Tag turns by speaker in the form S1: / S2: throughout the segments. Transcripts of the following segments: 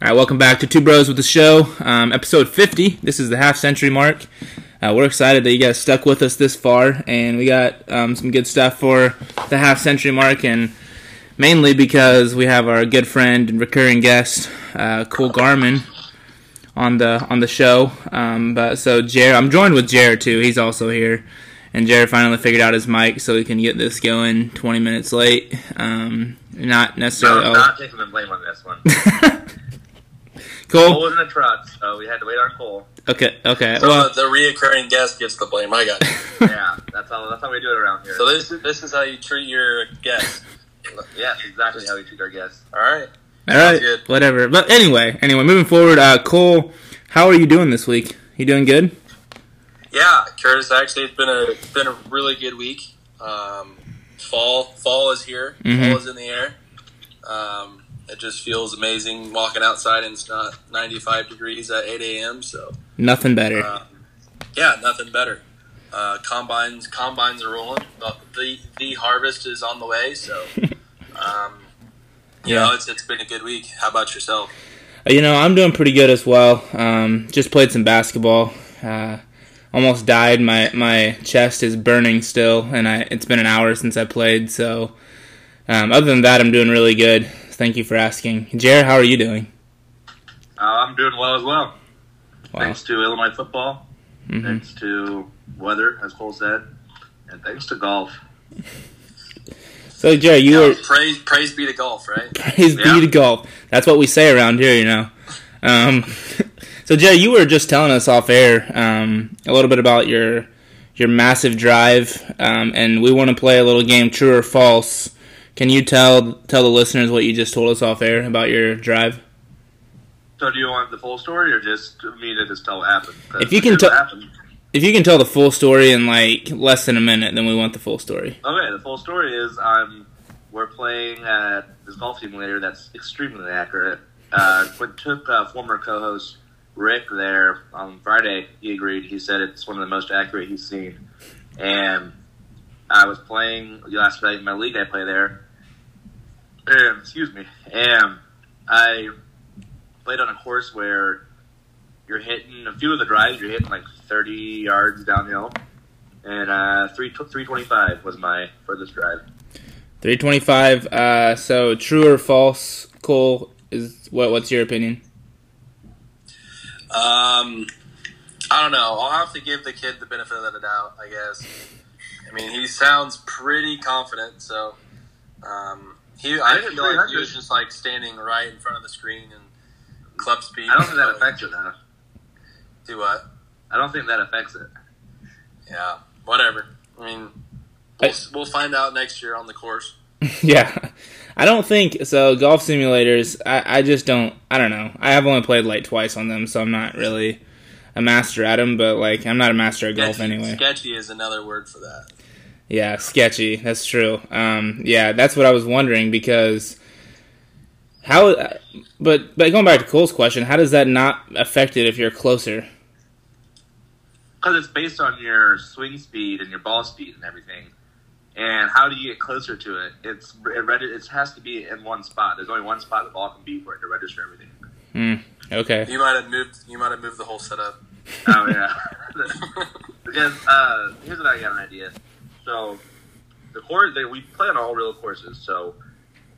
S1: All right, welcome back to Two Bros with the Show, um, episode 50. This is the half century mark. Uh, we're excited that you guys stuck with us this far, and we got um, some good stuff for the half century mark, and mainly because we have our good friend and recurring guest, uh, Cool Garmin, on the on the show. Um, but so Jared, I'm joined with Jared too. He's also here, and Jared finally figured out his mic so we can get this going 20 minutes late. Um, not
S2: No,
S1: necessarily. oh,
S2: I'm not taking the blame on this one. Cole
S1: Cool.
S2: was in the truck, so we had to wait on Cole.
S1: Okay. Okay.
S3: So
S1: Well.
S3: uh, the reoccurring guest gets the blame. I got it.
S2: Yeah, that's how that's how we do it around here.
S3: So this this is how you treat your guest.
S2: yeah, exactly how we treat our guests.
S3: All right.
S1: All right,
S3: Good.
S1: whatever. But anyway, anyway, moving forward, uh, Cole, how are you doing this week? You doing good?
S3: Yeah, Curtis. Actually, it's been a it's been a really good week. Um, fall fall is here.
S1: Mhm.
S3: Fall is in the air. Um, it just feels amazing walking outside and it's not 95 degrees at 8 a.m. So
S1: Nothing better.
S3: um, yeah, nothing better. Uh, combines combines are rolling. The, the the harvest is on the way. So um, you
S1: Yeah.
S3: know it's it's been a good week. How about yourself?
S1: Uh, you know, I'm doing pretty good as well. Um, just played some basketball. Uh, almost died. My my chest is burning still, and I it's been an hour since I played. So, um, other than that, I'm doing really good. Thank you for asking, Jared. How are you doing?
S2: Uh, I'm doing well as well.
S1: Wow.
S2: Thanks to Illinois football,
S1: hmm
S2: thanks to weather, as Cole said, and thanks to golf.
S1: So, Jared, you
S3: Yeah,
S1: were
S3: praise praise be to golf, right?
S1: Praise
S2: Yeah.
S1: be to golf. That's what we say around here, you know. Um, so Jay, you were just telling us off air um, a little bit about your your massive drive, um, and we want to play a little game, true or false. Can you tell tell the listeners what you just told us off air about your drive?
S2: So, do you want the full story, or just me to just tell what happened? 'Cause
S1: If you can
S2: here's what
S1: tell-
S2: happened.
S1: If you can tell the full story in like less than a minute, then we want the full story.
S2: Okay, the full story is um, we're playing uh, this golf simulator that's extremely accurate. Uh, we took uh, former co-host Rick there on Friday. He agreed. He said it's one of the most accurate he's seen. And I was playing last night in my league I play there. And, excuse me. And I played on a course where you're hitting a few of the drives. You're hitting like 30 yards downhill and uh, three three twenty five was my furthest drive.
S1: Three twenty five. Uh, so true or false, Cole is what? What's your opinion?
S3: Um, I don't know. I'll have to give the kid the benefit of the doubt, I guess. I mean, he sounds pretty confident, so um, he. I,
S2: I didn't
S3: feel like he
S2: 300.
S3: was just like standing right in front of the screen and club speed.
S2: I don't think that affects it though.
S3: Do what?
S2: I don't think that affects it.
S3: Yeah, whatever. I mean, we'll,
S1: I-
S3: we'll find out next year on the course.
S1: yeah i don't think so golf simulators I, I just don't i don't know i have only played like twice on them so i'm not really a master at them but like i'm not a master at golf
S3: Sketchy-
S1: anyway
S3: Sketchy is another word for that.
S1: yeah sketchy that's true um yeah that's what i was wondering because how uh, but but going back to cole's question how does that not affect it if you're closer
S2: because it's based on your swing speed and your ball speed and everything. And how do you get closer to it? It's it, reg- it has to be in one spot. There's only one spot the ball can be for it to register everything.
S1: mm, okay
S3: You might have moved. You might have moved the whole setup.
S2: Oh yeah. because uh, here's what I got an idea. So the course that we play on all real courses, so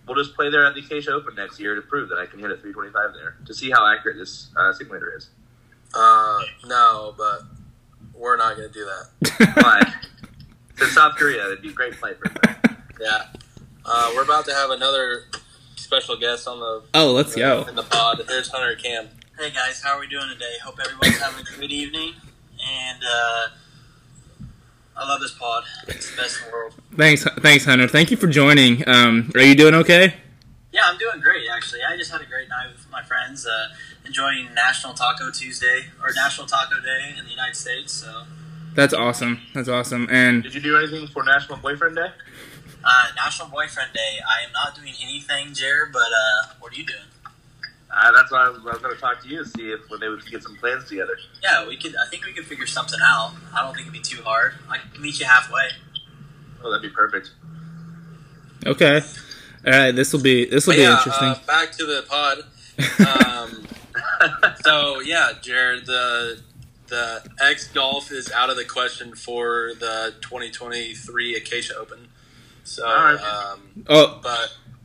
S2: we'll just play there at the Acacia Open next year to prove that I can hit a 325 there to see how accurate this uh, simulator is.
S3: Uh, no, but we're not gonna do that.
S2: But to South Korea, it'd be a great play for them.
S3: Yeah. Uh, we're about to have another special guest on the
S1: oh let's go
S3: in the pod. There's Hunter Cam.
S4: Hey guys, how are we doing today? Hope everyone's having a good evening. And uh, I love this pod. It's the best in the world.
S1: thanks thanks hunter thank you for joining um are you doing okay
S4: Yeah, I'm doing great actually. I just had a great night with my friends, uh, enjoying National Taco Tuesday or National Taco Day in the United States. So
S1: that's awesome that's awesome and
S2: Did you do anything for National Boyfriend Day?
S4: uh, National Boyfriend Day. I am not doing anything, Jared. But uh, what are you doing?
S2: Uh, that's why I was, I was going to talk to you to see if when they would get some plans together.
S4: Yeah, we could. I think we could figure something out. I don't think it'd be too hard. I can meet you halfway.
S2: Oh, that'd be perfect.
S1: Okay. All right. This will be this will
S3: But
S1: be
S3: yeah,
S1: interesting.
S3: Uh, back to the pod. Um, so yeah, Jared, the the X golf is out of the question for the 2023 Acacia Open. So,
S2: All right.
S3: um,
S1: oh,
S3: but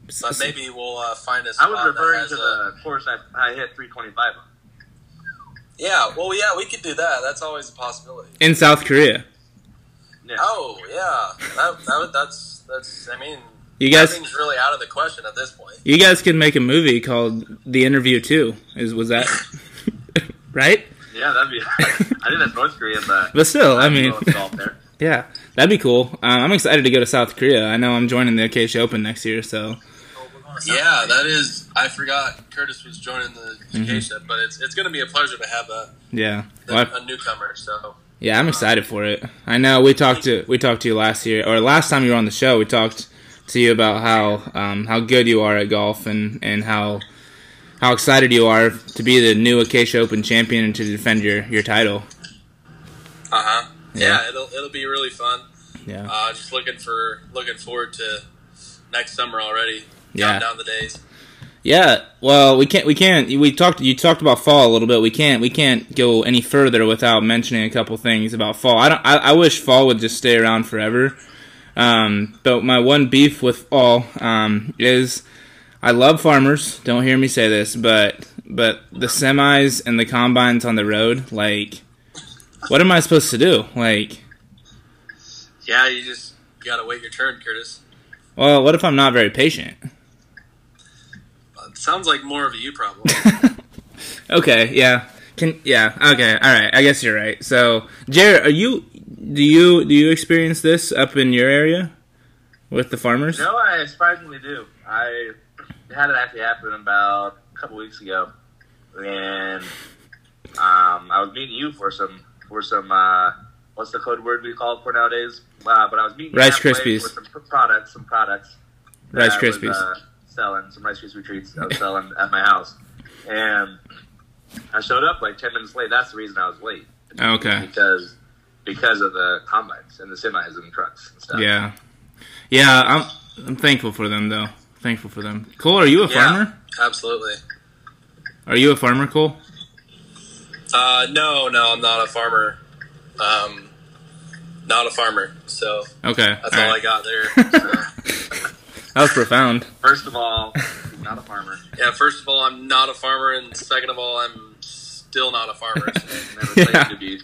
S1: s-
S3: but
S1: s-
S3: maybe we'll uh, find us.
S2: I was referring to the course I, I hit 325 on.
S3: yeah. Well, yeah, we could do that. That's always a possibility.
S1: in South Korea.
S2: Yeah.
S3: Oh yeah, that, that would- that's that's. I mean,
S1: You guys,
S3: nothing's really out of the question at this point.
S1: you guys can make a movie called The Interview Too. Is was that right?
S2: Yeah, that'd be. I think that's North Korea, but
S1: But still, I
S2: I'd
S1: mean,
S2: go with golf there.
S1: yeah, that'd be cool. Um, I'm excited to go to South Korea. I know I'm joining the Acacia Open next year, so
S4: Oh, we're going to South
S3: Yeah,
S4: Korea.
S3: that is. I forgot Curtis was joining the
S1: Mm-hmm.
S3: Acacia, but it's it's going to be a pleasure to have a,
S1: yeah. Well, I-
S3: a, a newcomer. So
S1: Yeah, I'm excited for it. I know we talked to we talked to you last year or last time you were on the show. We talked to you about how um, how good you are at golf and and how how excited you are to be the new Acacia Open champion and to defend your your title.
S3: Uh huh.
S1: Yeah.
S3: Yeah. it'll it'll be really fun.
S1: Yeah,
S3: Uh, just looking for looking forward to next summer already.
S1: Yeah.
S3: Counting down the days.
S1: yeah. Well, we can't we can't we talked you talked about fall a little bit. We can't we can't go any further without mentioning a couple things about fall. I don't. I, I wish fall would just stay around forever. Um, but my one beef with fall um, is. I love farmers. Don't hear me say this, but but the semis and the combines on the road, like, what am I supposed to do? Like,
S3: Yeah, you just you gotta wait your turn, Curtis.
S1: well, what if I'm not very patient?
S3: Uh, it sounds like more of a you problem.
S1: Okay, yeah, can yeah, okay, all right. I guess you're right. So, Jared, are you? Do you do you experience this up in your area with the farmers?
S2: No, I surprisingly do. I had it actually happen about a couple weeks ago, and um, I was meeting you for some for some uh, what's the code word we call it for nowadays? Uh, but I was meeting you
S1: Rice
S2: halfway
S1: Krispies.
S2: for some pr- products, some products. that
S1: Rice
S2: I was,
S1: Krispies.
S2: uh, selling some Rice Krispie treats. I was selling at my house, and I showed up like ten minutes late. That's the reason I was late
S1: Oh, Okay.
S2: because because of the combines and the semis and trucks and stuff.
S1: Yeah, yeah. I'm I'm thankful for them though. Thankful for them. Cole, are you a
S3: Yeah.
S1: farmer?
S3: Absolutely.
S1: Are you a farmer, Cole?
S3: Uh, no, no, I'm not a farmer. Um, not a farmer. So
S1: Okay.
S3: that's
S1: all
S3: all
S1: right.
S3: I got there. So,
S1: That was profound.
S2: First of all, he's not a farmer.
S3: yeah. First of all, I'm not a farmer, and second of all, I'm still not a farmer. So
S2: Never claimed
S1: Yeah.
S2: to be.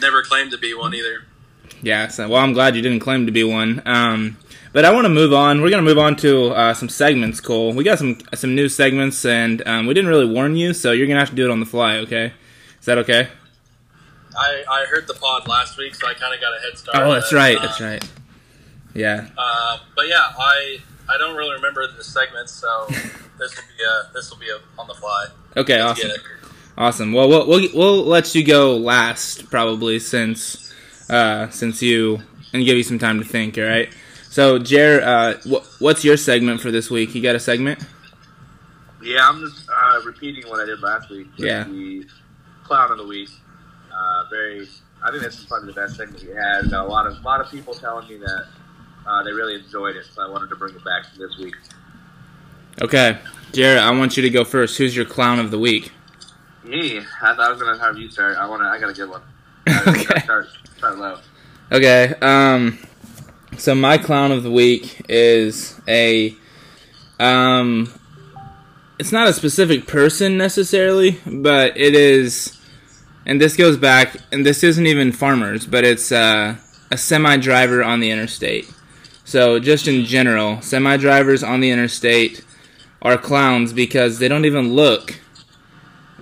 S3: never claimed to be one either.
S1: Yeah. So, well, I'm glad you didn't claim to be one. Um, but I want to move on. We're gonna move on to uh, some segments, Cole. We got some some new segments, and um, we didn't really warn you, so you're gonna have to do it on the fly. Okay. Is that okay?
S3: I, I heard the pod last week, so I kind of got a head start.
S1: Oh, that's
S3: but,
S1: right.
S3: uh,
S1: That's right. Yeah.
S3: Uh, but yeah, I I don't really remember the segments, so this will be a, this will be a, on the fly.
S1: Okay.
S3: Let's
S1: Awesome.
S3: get it.
S1: Awesome. Well, we'll we'll we'll let you go last probably since uh, since you and give you some time to think. All right. So, Jer, uh, wh- what's your segment for this week? You got a segment?
S2: Yeah, I'm just uh, repeating what I did last week. with
S1: Yeah.
S2: The clown of the week. Uh, very. I think this is probably the best thing that we had. A lot of a lot of people telling me that uh, they really enjoyed it, so I wanted to bring it back this week.
S1: Okay, Jared, I want you to go first. Who's your clown of the week?
S2: Me, I thought I was gonna have you start. I want to. I got a good one. I gotta
S1: okay.
S2: Start start low.
S1: Okay. Um. So my clown of the week is a um. It's not a specific person necessarily, but it is, and this goes back, and this isn't even farmers, but it's uh, a semi driver on the interstate. So just in general, semi drivers on the interstate are clowns because they don't even look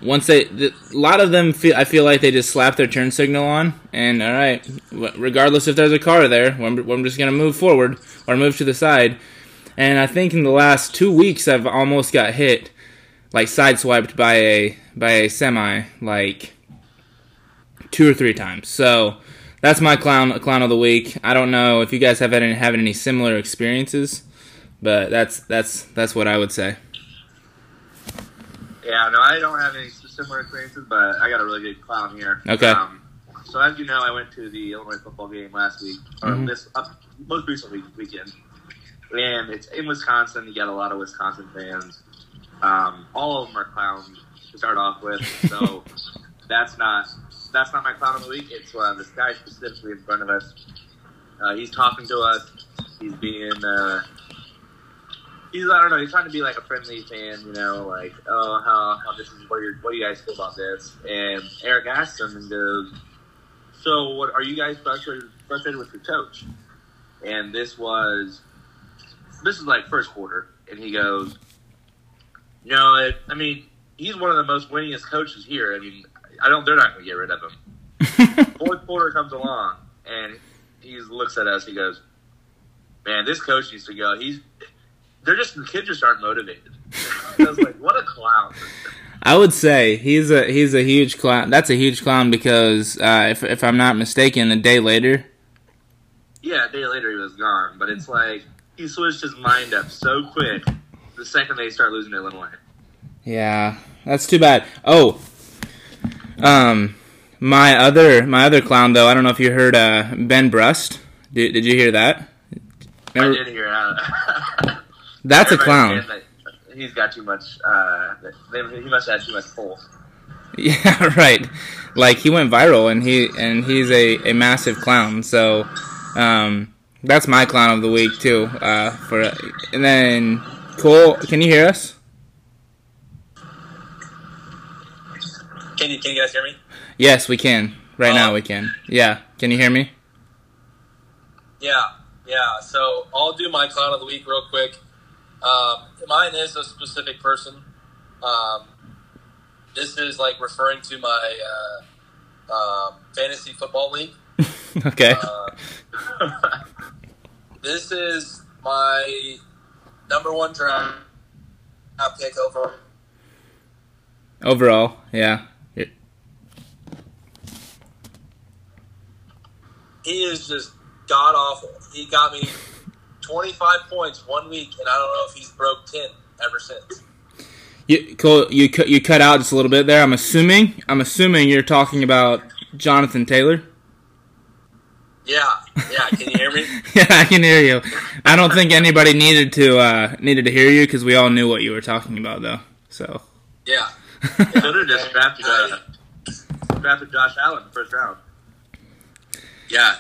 S1: once they the, a lot of them feel i feel like they just slap their turn signal on and all right w- regardless if there's a car there i'm, I'm just going to move forward or move to the side and i think in the last two weeks i've almost got hit like sideswiped by a by a semi like two or three times so that's my clown clown of the week i don't know if you guys have had any having any similar experiences but that's that's that's what i would say
S2: Yeah, no, I don't have any similar experiences, but I got a really good clown here.
S1: Okay.
S2: Um, so as you know, I went to the Illinois football game last week, or
S1: Mhm.
S2: this up, most recent week, weekend, and it's in Wisconsin. You got a lot of Wisconsin fans. Um, all of them are clowns to start off with, so that's not that's not my clown of the week. It's uh, this guy specifically in front of us. Uh, he's talking to us. He's being. Uh, he's I don't know. He's trying to be like a friendly fan, you know, like oh how, how this is what you what do you guys feel about this? And Eric asks him and goes, so what are you guys frustrated frustrated with your coach? And this was this is like first quarter, and he goes, no, it, I mean he's one of the most winningest coaches here. I mean I don't they're not going to get rid of him fourth quarter comes along, and he looks at us. He goes, "Man, this coach needs to go. He's they're just the kids just aren't motivated." I was like, "What a clown!"
S1: I would say he's a he's a huge clown. That's a huge clown because uh, if if I'm not mistaken, a day later,
S2: Yeah, a day later he was gone, but it's like he switched his mind up so quick. The second they start losing to Illinois,
S1: yeah, that's too bad. Oh, um, my other my other clown though. I don't know if you heard uh, Ben Brust. Did, did you hear that?
S2: I
S1: Remember-
S2: did hear out.
S1: that's a clown.
S2: He's got too much. Uh, they, he must have too much pull.
S1: Yeah, right. Like he went viral, and he and he's a, a massive clown. So, um, that's my clown of the week too. Uh, for and then Cole, can you hear us?
S3: Can you can you guys hear me?
S1: Yes, we can. Right now,
S3: Oh.
S1: we can. Yeah, can you hear me?
S3: Yeah, yeah. So I'll do my clown of the week real quick. Um, mine is a specific person. Um, this is like referring to my uh, um, fantasy football league.
S1: okay.
S3: Uh, this is my number one draft draft pick over.
S1: Overall, yeah. It-
S3: He is just god awful. He got me 25 points one week, and I don't know if he's broke 10 ever since.
S1: You, Cole, you cut you cut out just a little bit there. I'm assuming. I'm assuming you're talking about Jonathan Taylor.
S3: Yeah, yeah. Can you hear me?
S1: yeah, I can hear you. I don't think anybody needed to uh, needed to hear you because we all knew what you were talking about, though. So.
S3: Yeah.
S2: Should have just drafted, uh, drafted Josh Allen in the first round.
S3: Yeah.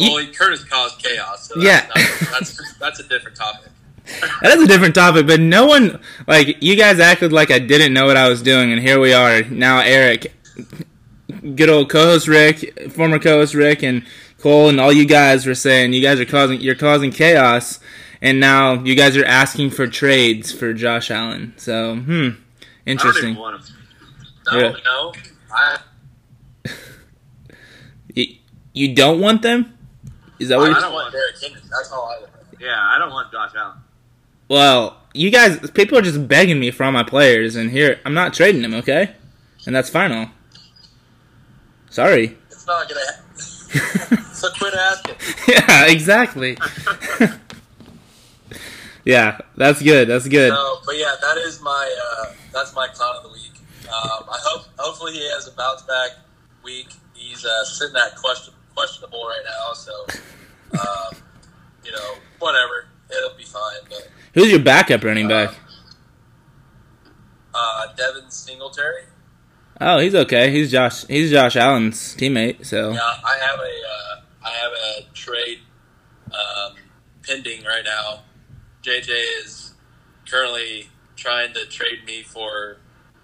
S1: Ye-
S3: Well, Curtis caused chaos. So that's
S1: Yeah.
S3: not- that's that's a different topic.
S1: That is a different topic, but no one like you guys acted like I didn't know what I was doing, and here we are now. Eric, good old co-host Rick, former co-host Rick, and Cole, and all you guys were saying you guys are causing you're causing chaos, and now you guys are asking for trades for Josh Allen. So, hmm,
S2: I don't even
S1: interesting.
S2: want him.
S3: No,
S1: Yeah.
S3: no. I,
S1: You, you don't want them? Is that what?
S3: I
S1: You're,
S3: don't want Derek Henry. That's all I want.
S2: Yeah, I don't want Josh Allen.
S1: well, you guys, people are just begging me for all my players, and here I'm not trading them, okay? And that's final. Sorry.
S3: It's not gonna happen. so quit asking.
S1: yeah, exactly. yeah, that's good. That's good.
S3: No, but yeah, that is my uh, that's my clown of the week. Um, I hope hopefully he has a bounce back week. He's uh, sitting at question questionable right now, so um, you know whatever, it'll be fine. But
S1: Who's your backup running back?
S3: uh, Devin Singletary,
S1: Oh, he's okay. He's Josh. He's Josh Allen's teammate. So
S3: Yeah, I have a uh, I have a trade um, pending right now. JJ is currently trying to trade me for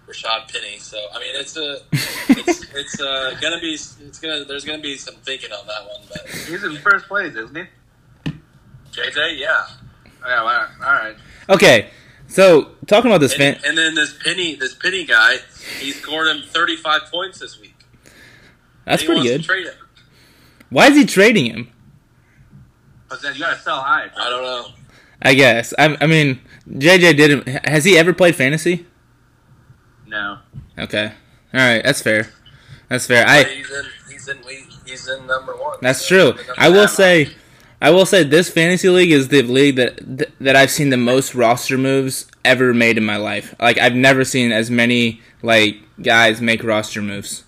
S3: Rashad Penny. So I mean, it's a it's it's uh, gonna be it's gonna there's gonna be some thinking on that one. But
S2: He's in first place, isn't he? Oh,
S3: JJ, yeah,
S2: Yeah, well, all right.
S1: okay. So talking about this
S3: and,
S1: fan,
S3: and then this Penny this Penny guy, he scored him 35 points this week.
S1: that's
S3: he
S1: pretty
S3: wants
S1: good.
S3: To trade him.
S1: Why is he trading him?
S2: But then you gotta sell high. bro.
S3: I don't know.
S1: I guess. I, I mean, JJ didn't. Has he ever played fantasy?
S2: No.
S1: Okay. All right. That's fair. That's fair.
S3: But
S1: I.
S3: he's in he's in lead- he's in number one.
S1: That's
S3: so-
S1: true.
S3: number
S1: I will
S3: nine.
S1: say, I will say this fantasy league is the league that that I've seen the most roster moves ever made in my life. Like I've never seen as many like guys make roster moves.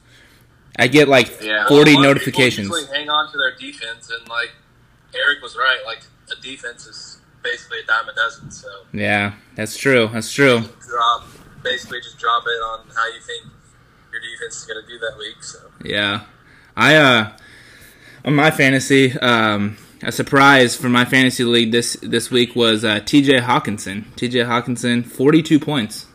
S1: I get like
S2: Yeah.
S1: forty
S3: A lot of
S1: notifications.
S3: People usually hang on to their defense, and like Eric was right. Like a defense is basically a dime a dozen. So
S1: Yeah, that's true. That's true.
S3: drop, basically just drop it on how you think your defense is going to do that week. So
S1: Yeah. I uh on my fantasy, um a surprise for my fantasy league this this week was uh TJ Hawkinson. TJ Hawkinson, forty two points.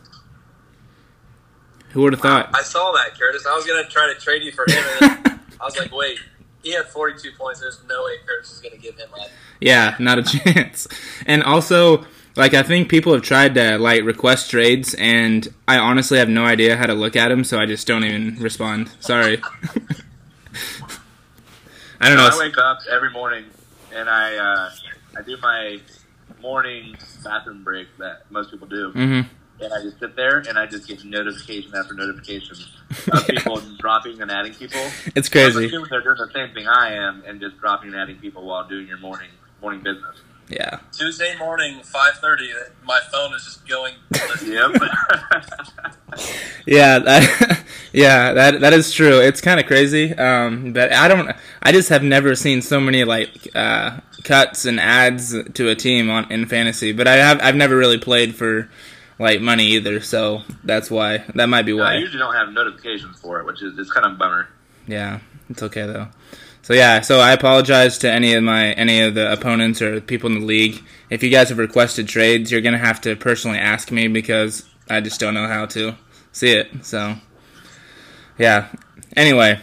S1: Who would have thought?
S3: I saw that, Curtis. I was going to try to trade you for him, and then I was like, wait. He had 42 points. There's no way Curtis is going to give him that.
S1: Yeah, not a chance. And also, like I think people have tried to like request trades, and I honestly have no idea how to look at them, so I just don't even respond. Sorry. I don't know.
S2: I wake up every morning and I uh, I do my morning bathroom break that most people do,
S1: Mm-hmm.
S2: and I just sit there and I just get notification after notification of people dropping and adding people.
S1: It's
S2: I'm
S1: crazy.
S2: assuming they're doing the same thing I am and just dropping and adding people while doing your morning morning business.
S1: Yeah.
S3: Tuesday morning, 5.30, my phone is just going.
S2: Yep.
S1: Yeah, that, yeah, that that is true. It's kind of crazy, um, but I don't. I just have never seen so many like uh, cuts and ads to a team on in fantasy. But I have. I've never really played for like money either, so that's why. That might be
S2: I
S1: why.
S2: usually don't have notifications for it, which is it's kind of a bummer.
S1: Yeah, it's okay though. So yeah, so I apologize to any of my any of the opponents or people in the league. If you guys have requested trades, you're gonna have to personally ask me because I just don't know how to see it. So yeah. Anyway,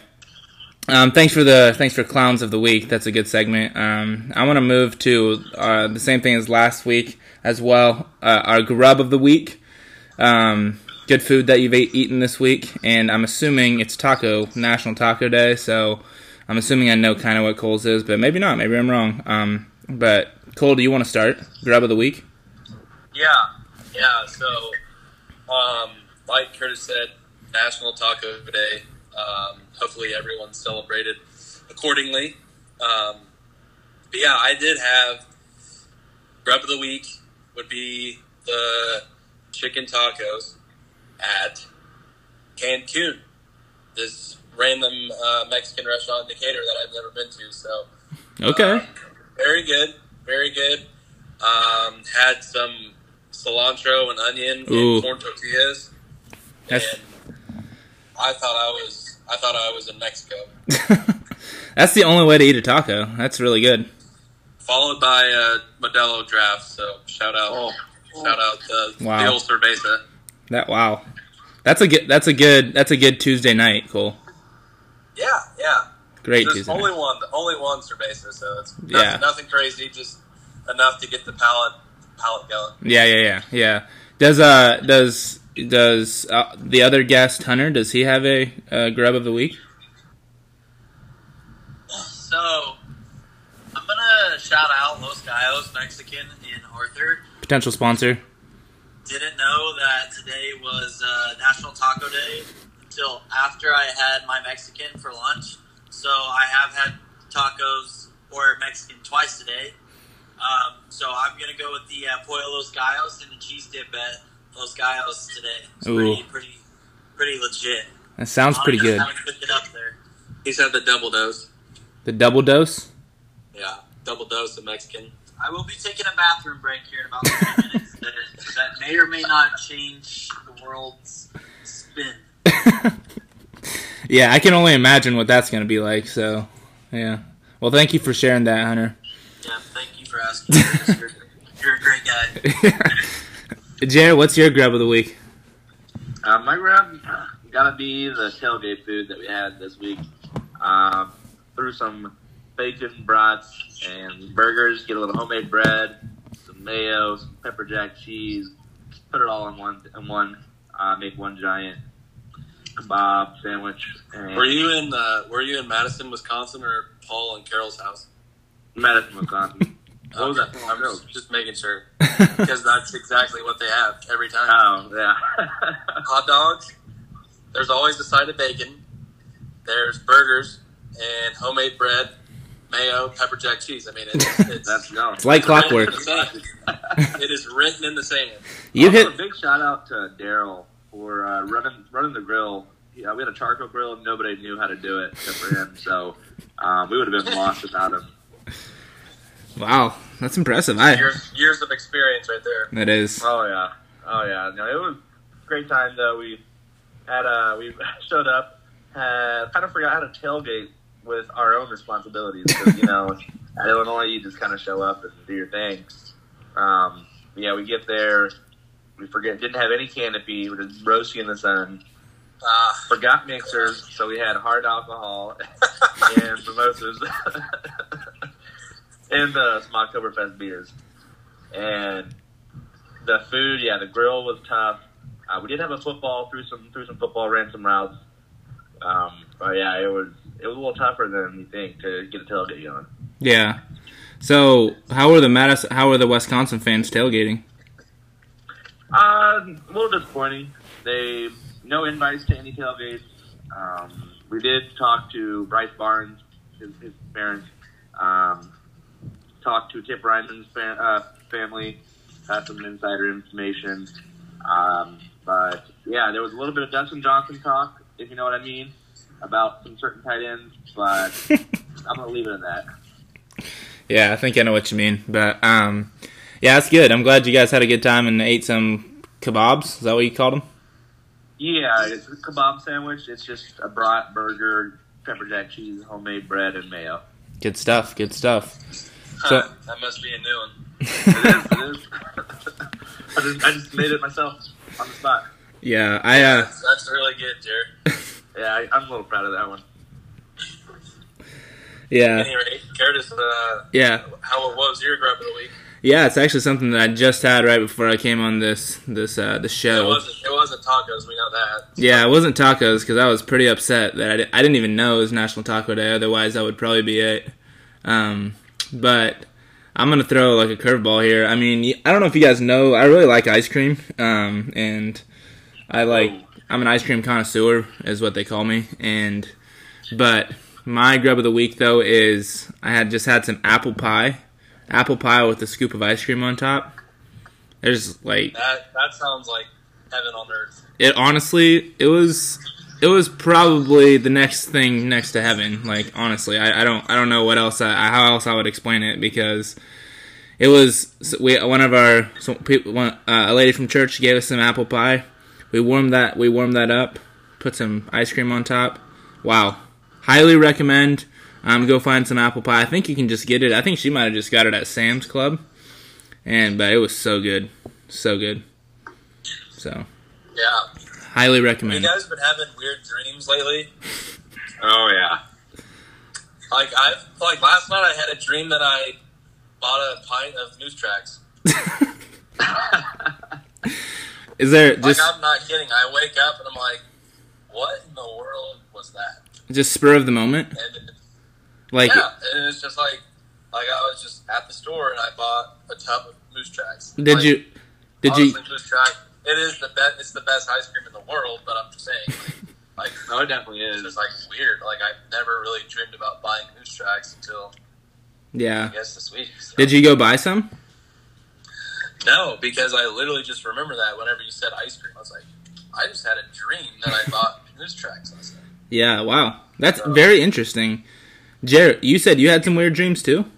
S1: um, thanks for the thanks for clowns of the week. That's a good segment. Um, I want to move to uh, the same thing as last week as well. Uh, our grub of the week. Um, good food that you've ate, eaten this week, and I'm assuming it's Taco National Taco Day. So I'm assuming I know kind of what Cole's is, but maybe not. Maybe I'm wrong. Um, but Cole, do you want to start grub of the week?
S3: Yeah, yeah. So, um, like Curtis said, National Taco Day. Um, hopefully, everyone celebrated accordingly. Um, but yeah, I did have grub of the week would be the chicken tacos at Cancun, this random uh, Mexican restaurant in Decatur that I've never been to. So
S1: Okay.
S3: um, very good. Very good. Um, had some cilantro and onion
S1: Ooh.
S3: and corn tortillas.
S1: That's-
S3: And I thought I was I thought I was in Mexico.
S1: That's the only way to eat a taco. That's really good.
S3: Followed by a Modelo draft, so shout out shout out the,
S1: Wow.
S3: the old cerveza.
S1: That wow. That's a good. That's a good. That's a good Tuesday night, Cole.
S3: Yeah, yeah.
S1: Great
S3: just
S1: Tuesday.
S3: only
S1: night.
S3: one only one cerveza, so it's nothing,
S1: Yeah.
S3: nothing crazy, just enough to get the palate palate going.
S1: Yeah, yeah, yeah, yeah. Does uh does does uh, the other guest Hunter? Does he have a uh, grub of the week?
S4: So I'm gonna shout out Los Gallos Mexican in Arthur.
S1: Potential sponsor.
S4: Didn't know that today was uh, National Taco Day until after I had my Mexican for lunch. So I have had tacos or Mexican twice today. Um, so I'm gonna go with the uh, Pollo Los Gallos and the cheese dip at Los Gallos today. It's pretty,
S1: Ooh.
S4: pretty, pretty legit.
S1: That sounds pretty
S4: Honestly,
S1: good.
S4: I haven't cooked it up there.
S3: He's had the double dose.
S1: The double dose.
S3: Yeah. Double dose of Mexican.
S4: I will be taking a bathroom break here in about 30 minutes. That, that may or may not change the world's spin.
S1: yeah, I can only imagine what that's gonna be like. So, yeah. Well, thank you for sharing that, Hunter.
S4: Yeah, thank you for asking. Chris. You're, you're a great guy.
S1: Jared, what's your grub of the week?
S2: Uh, my grab gotta be the tailgate food that we had this week. Um, threw some bacon brats and burgers, get a little homemade bread, some mayo, some pepper jack cheese, put it all in one in one. Uh, make one giant kebab sandwich. And
S3: Were you in uh, Were you in Madison, Wisconsin, or Paul and Carol's house?
S2: Madison, Wisconsin. What was
S3: Okay.
S2: that?
S3: I'm just, just making sure because that's exactly what they have every time.
S2: oh yeah.
S3: Hot dogs. There's always a side of bacon. There's burgers and homemade bread mayo, pepper jack cheese. I mean, it, it's,
S2: That's no.
S1: It's like clockwork.
S3: It's written in the sand. it is written in the sand.
S1: You
S2: Also,
S1: hit
S2: a big shout out to Daryl for uh, running running the grill. Yeah, we had a charcoal grill and nobody knew how to do it except for him. So um, we would have been lost without him.
S1: wow, that's impressive. I
S3: Years, years of experience right there.
S1: that is.
S2: Oh yeah, oh yeah. No, it was a great time though. We had uh, we showed up, uh, kind of forgot how to tailgate with our own responsibilities. 'cause, you know, at Illinois, you just kind of show up and do your thing. Um, yeah, we get there. We forget didn't have any canopy. We just roasting in the sun.
S3: Uh,
S2: Forgot mixers, so we had hard alcohol and mimosas and uh, some Oktoberfest beers. And the food, yeah, the grill was tough. Uh, we did have a football through some through some football, ran some routes. Um, but yeah, it was it was a little tougher than you think to get a tailgate going.
S1: Yeah. So how are the Madison? How are the Wisconsin fans tailgating?
S2: Uh, a little disappointing. They no invites to any tailgates. Um, we did talk to Bryce Barnes, his, his parents. Um, talked to Tip Ryman's fa- uh, family. Got some insider information. Um, but yeah, there was a little bit of Dustin Johnson talk, if you know what I mean, about some certain tight ends. But I'm gonna leave it at that.
S1: Yeah, I think I know what you mean, but um, yeah, that's good. I'm glad you guys had a good time and ate some kebabs. Is that what you called them?
S2: Yeah, it's a kebab sandwich. It's just a brat burger, pepper jack cheese, homemade bread, and mayo.
S1: Good stuff. Good stuff.
S3: huh, that must be a new one.
S2: It is, it is. I, just, I just made it myself on the spot.
S1: yeah, I uh,
S3: That's, that's really good, Jared.
S2: Yeah, I, I'm a little proud of that one.
S1: yeah,
S3: Anyway, Curtis, uh,
S1: yeah,
S3: how what was your grub of the week?
S1: yeah. It's actually something that I just had right before I came on this this uh the
S3: It
S1: show.
S3: wasn't it wasn't tacos. We know that.
S1: Yeah, it wasn't tacos because I was pretty upset that I, di- I didn't even know it was National Taco Day. Otherwise, that would probably be it. Um, but I'm gonna throw like a curveball here. I mean, y- I don't know if you guys know, I really like ice cream, um, and I like I'm an ice cream connoisseur, is what they call me. And but my grub of the week though is I had just had some apple pie, apple pie with a scoop of ice cream on top. There's like
S3: That that sounds like heaven on earth.
S1: it honestly it was it was probably the next thing next to heaven like honestly i, I don't i don't know what else I, I- how else i would explain it because it was so we one of our so people one, uh, a lady from church gave us some apple pie we warmed that we warmed that up put some ice cream on top wow highly recommend um, go find some apple pie i think you can just get it i think she might have just got it at sam's club and but it was so good so good so
S3: Yeah.
S1: highly
S3: Have you
S1: recommend it.
S3: guys been having weird dreams lately?
S2: Oh yeah.
S3: Like I like last night I had a dream that I bought a pint of news tracks.
S1: Is there
S3: Like
S1: just
S3: I'm not kidding. I wake up and I'm like, what in the world was that?
S1: just spur of the moment?
S3: And
S1: Like
S3: yeah, and it's just like like I was just at the store and I bought a tub of moose tracks.
S1: did
S3: Like,
S1: you did
S3: honestly, Moose track. It is the best. It's the best ice cream in the world. But I'm just saying, like, like
S2: No, it definitely
S3: it's
S2: is.
S3: just like weird. Like I've never really dreamed about buying moose tracks until
S1: you Yeah.
S3: I guess this week. So-
S1: Did you go buy some?
S3: No, because I literally just remember that whenever you said ice cream, I was like, I just had a dream that I bought moose tracks last night.
S1: Yeah, wow. That's very interesting. Jared, you said you had some weird dreams too?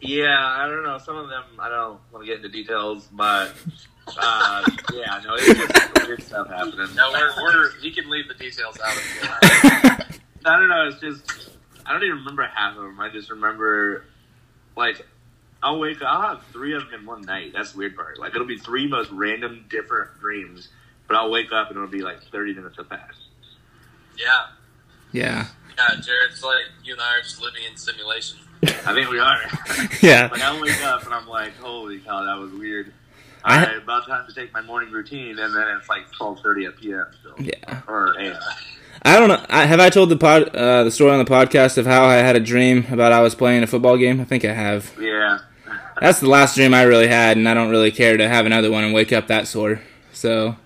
S2: Yeah, I don't know. Some of them I don't want to get into details, but uh, yeah, no, it's just weird stuff happening.
S3: No, we're, we're you can leave the details out of uh, it.
S1: yeah.
S2: I don't know. It's just I don't even remember half of them. I just remember like I'll wake up. I'll have three of them in one night. That's the weird part. Like it'll be three most random different dreams, but I'll wake up and it'll be like thirty minutes have passed.
S3: Yeah, yeah. Jared's like you and I are just living in simulation.
S2: I think we are.
S1: Yeah.
S2: Like I wake up and I'm like, holy cow, that was weird.
S1: I-
S2: I about time to take my morning routine, and then it's like 12:30 at p.m. So,
S1: Yeah.
S2: or a.m.
S1: I don't know. I, have I told the pod uh, the story on the podcast of how I had a dream about I was playing a football game? I think I have.
S2: Yeah,
S1: That's the last dream I really had, and I don't really care to have another one and wake up that sore. So,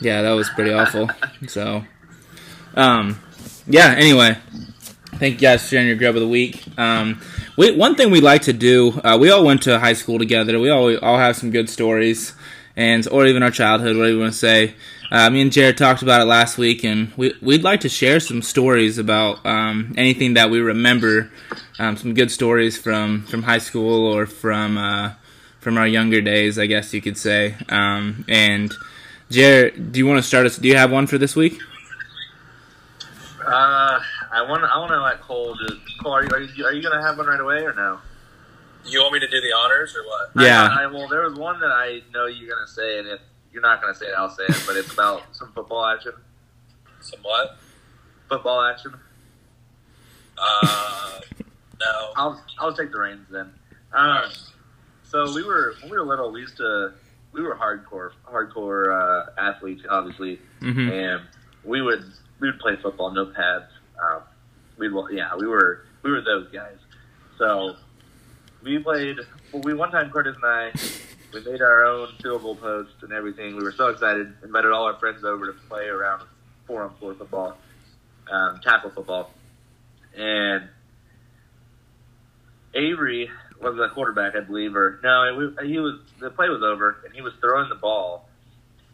S1: yeah, that was pretty awful. So, um, yeah. Anyway, Thank you guys for sharing your grub of the week. Um, we, one thing we like to do, uh, we all went to high school together. We all, we all have some good stories, and or even our childhood, whatever you want to say. Uh, me and Jared talked about it last week, and we, we'd like to share some stories about um, anything that we remember, um, some good stories from, from high school or from uh, from our younger days, I guess you could say. Um, and Jared, do you want to start us? Do you have one for this week?
S2: Uh, I want I want to let Cole do. Cole, are you, are you are you gonna have one right away or no?
S3: You want me to do the honors or what?
S1: Yeah.
S2: I, I, well, there was one that I know you're gonna say, and if you're not gonna say it, I'll say it. But it's about some football action.
S3: Somewhat.
S2: Football action.
S3: Uh, no.
S2: I'll I'll take the reins then. Um, so we were when we were little, we used to we were hardcore hardcore uh, athletes, obviously,
S1: Mm-hmm.
S2: and we would we would play football, no pads. Um, we yeah, we were we were those guys. So we played. Well, we one time Curtis and I we made our own field goal post and everything. We were so excited, invited all our friends over to play around four on four football, um, tackle football, and Avery was the quarterback, I believe, or no, it was, he was. The play was over, and he was throwing the ball,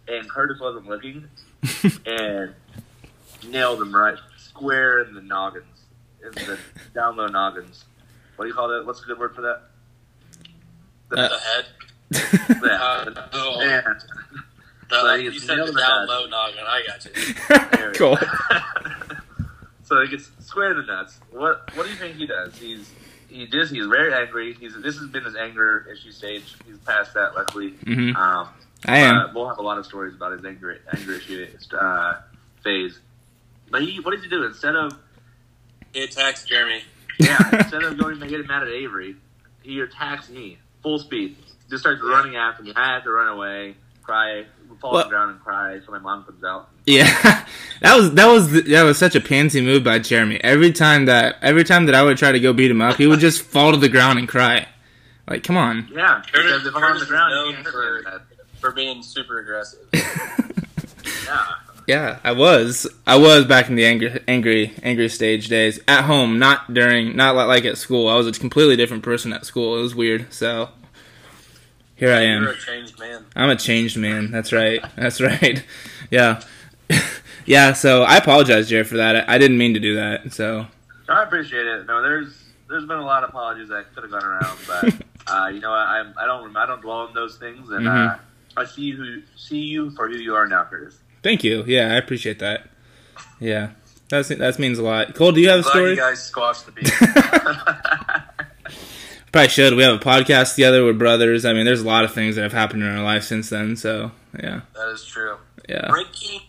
S2: and Curtis wasn't looking, and nailed him right square in the noggins, in the down low noggins. What do you call that? What's a good word for that? The,
S1: Uh,
S3: The head.
S2: that.
S3: Uh, oh,
S2: Man,
S3: the-
S2: so
S3: Uh, you
S2: he's
S3: said
S2: nailed
S3: the
S2: the
S3: down
S2: head.
S3: low noggin. I got you.
S2: there we
S1: cool.
S2: go. so he gets square in the nuts. What What do you think he does? He's he just he's very angry. He's this has been his anger issue stage. He's past that, luckily.
S1: hmm
S2: Um,
S1: I am.
S2: Uh, we'll have a lot of stories about his anger, anger issue uh, phase. But he, what did he do? Instead of
S3: He attacks Jeremy.
S2: yeah, instead of going to get mad at Avery, he attacks me full speed. Just starts running after me. I have to run away, cry, fall on
S1: Well-
S2: the ground and cry. So my mom comes out.
S1: Yeah, that was that was the, that was such a pansy move by Jeremy. Every time that every time that I would try to go beat him up, he would just fall to the ground and cry. Like, come on.
S2: Yeah,
S3: Curtis-
S2: because if I'm on
S3: Curtis
S2: the
S3: is
S2: ground,
S3: known
S2: you can't hurt me
S3: for-
S2: like
S3: For being super aggressive.
S2: that. Yeah.
S1: yeah, I was I was back in the angry angry angry stage days at home, not during not li- like at school. I was a completely different person at school. It was weird. So here I am.
S3: You're a changed man.
S1: I'm a changed man. That's right. That's right. Yeah. yeah, so I apologize, Jared, for that. I, I didn't mean to do that. So,
S2: I appreciate it. No, there's there's been a lot of apologies that could have gone around, but uh, you know I I'm- I don't I don't dwell on those things, and
S1: Mhm.
S2: uh, I see who see you for who you are now, Curtis.
S1: thank you. Yeah, I appreciate that. Yeah. That's that means a lot. Cole, do you have a
S3: Glad you
S1: story?
S3: guys squashed the beef.
S1: Probably should. We have a podcast together. We're brothers. I mean, there's a lot of things that have happened in our life since then. So, yeah.
S3: that is true.
S1: Yeah.
S3: Ricky.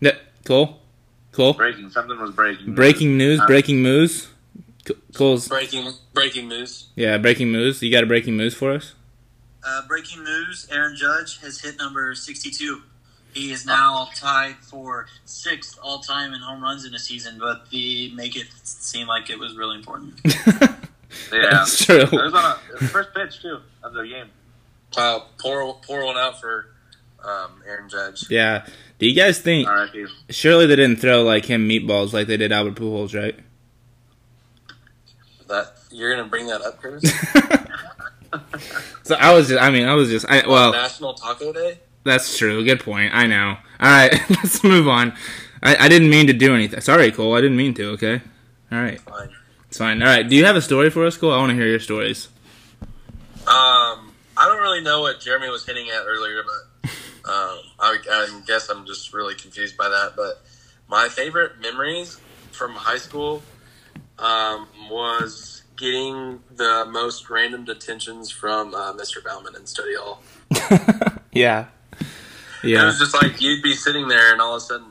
S1: Yeah. Cole? Cole?
S2: breaking something was breaking.
S1: Breaking news, breaking moves. Cole's.
S3: Breaking breaking news.
S1: Yeah, breaking moves. You got a breaking moves for us?
S4: Uh, breaking news: Aaron Judge has hit number 62. He is now tied for sixth all time in home runs in a season, but they make it seem like it was really important.
S2: Yeah,
S1: That's true.
S2: it was on a, it was the first pitch too of the game.
S3: Wow, pour pour one out for um, Aaron Judge.
S1: Yeah. Do you guys think.
S2: R.I.P.
S1: Surely they didn't throw like him meatballs like they did Albert Pujols, right?
S3: That you're gonna bring that up, Curtis?
S1: so I was just, I mean, I was just, I, well,
S3: National Taco Day.
S1: that's true. Good point. I know. All right, let's move on. I, I didn't mean to do anything. Sorry, Cole. I didn't mean to. Okay. All right,
S3: Fine.
S1: it's fine. All right. Do you have a story for us, Cole? I want to hear your stories.
S3: Um, I don't really know what Jeremy was hinting at earlier, but um, I, I guess I'm just really confused by that. But my favorite memories from high school um, was getting the most random detentions from uh, Mr. Bauman in study hall.
S1: yeah.
S3: It
S1: Yeah.
S3: was just like you'd be sitting there, and all of a sudden,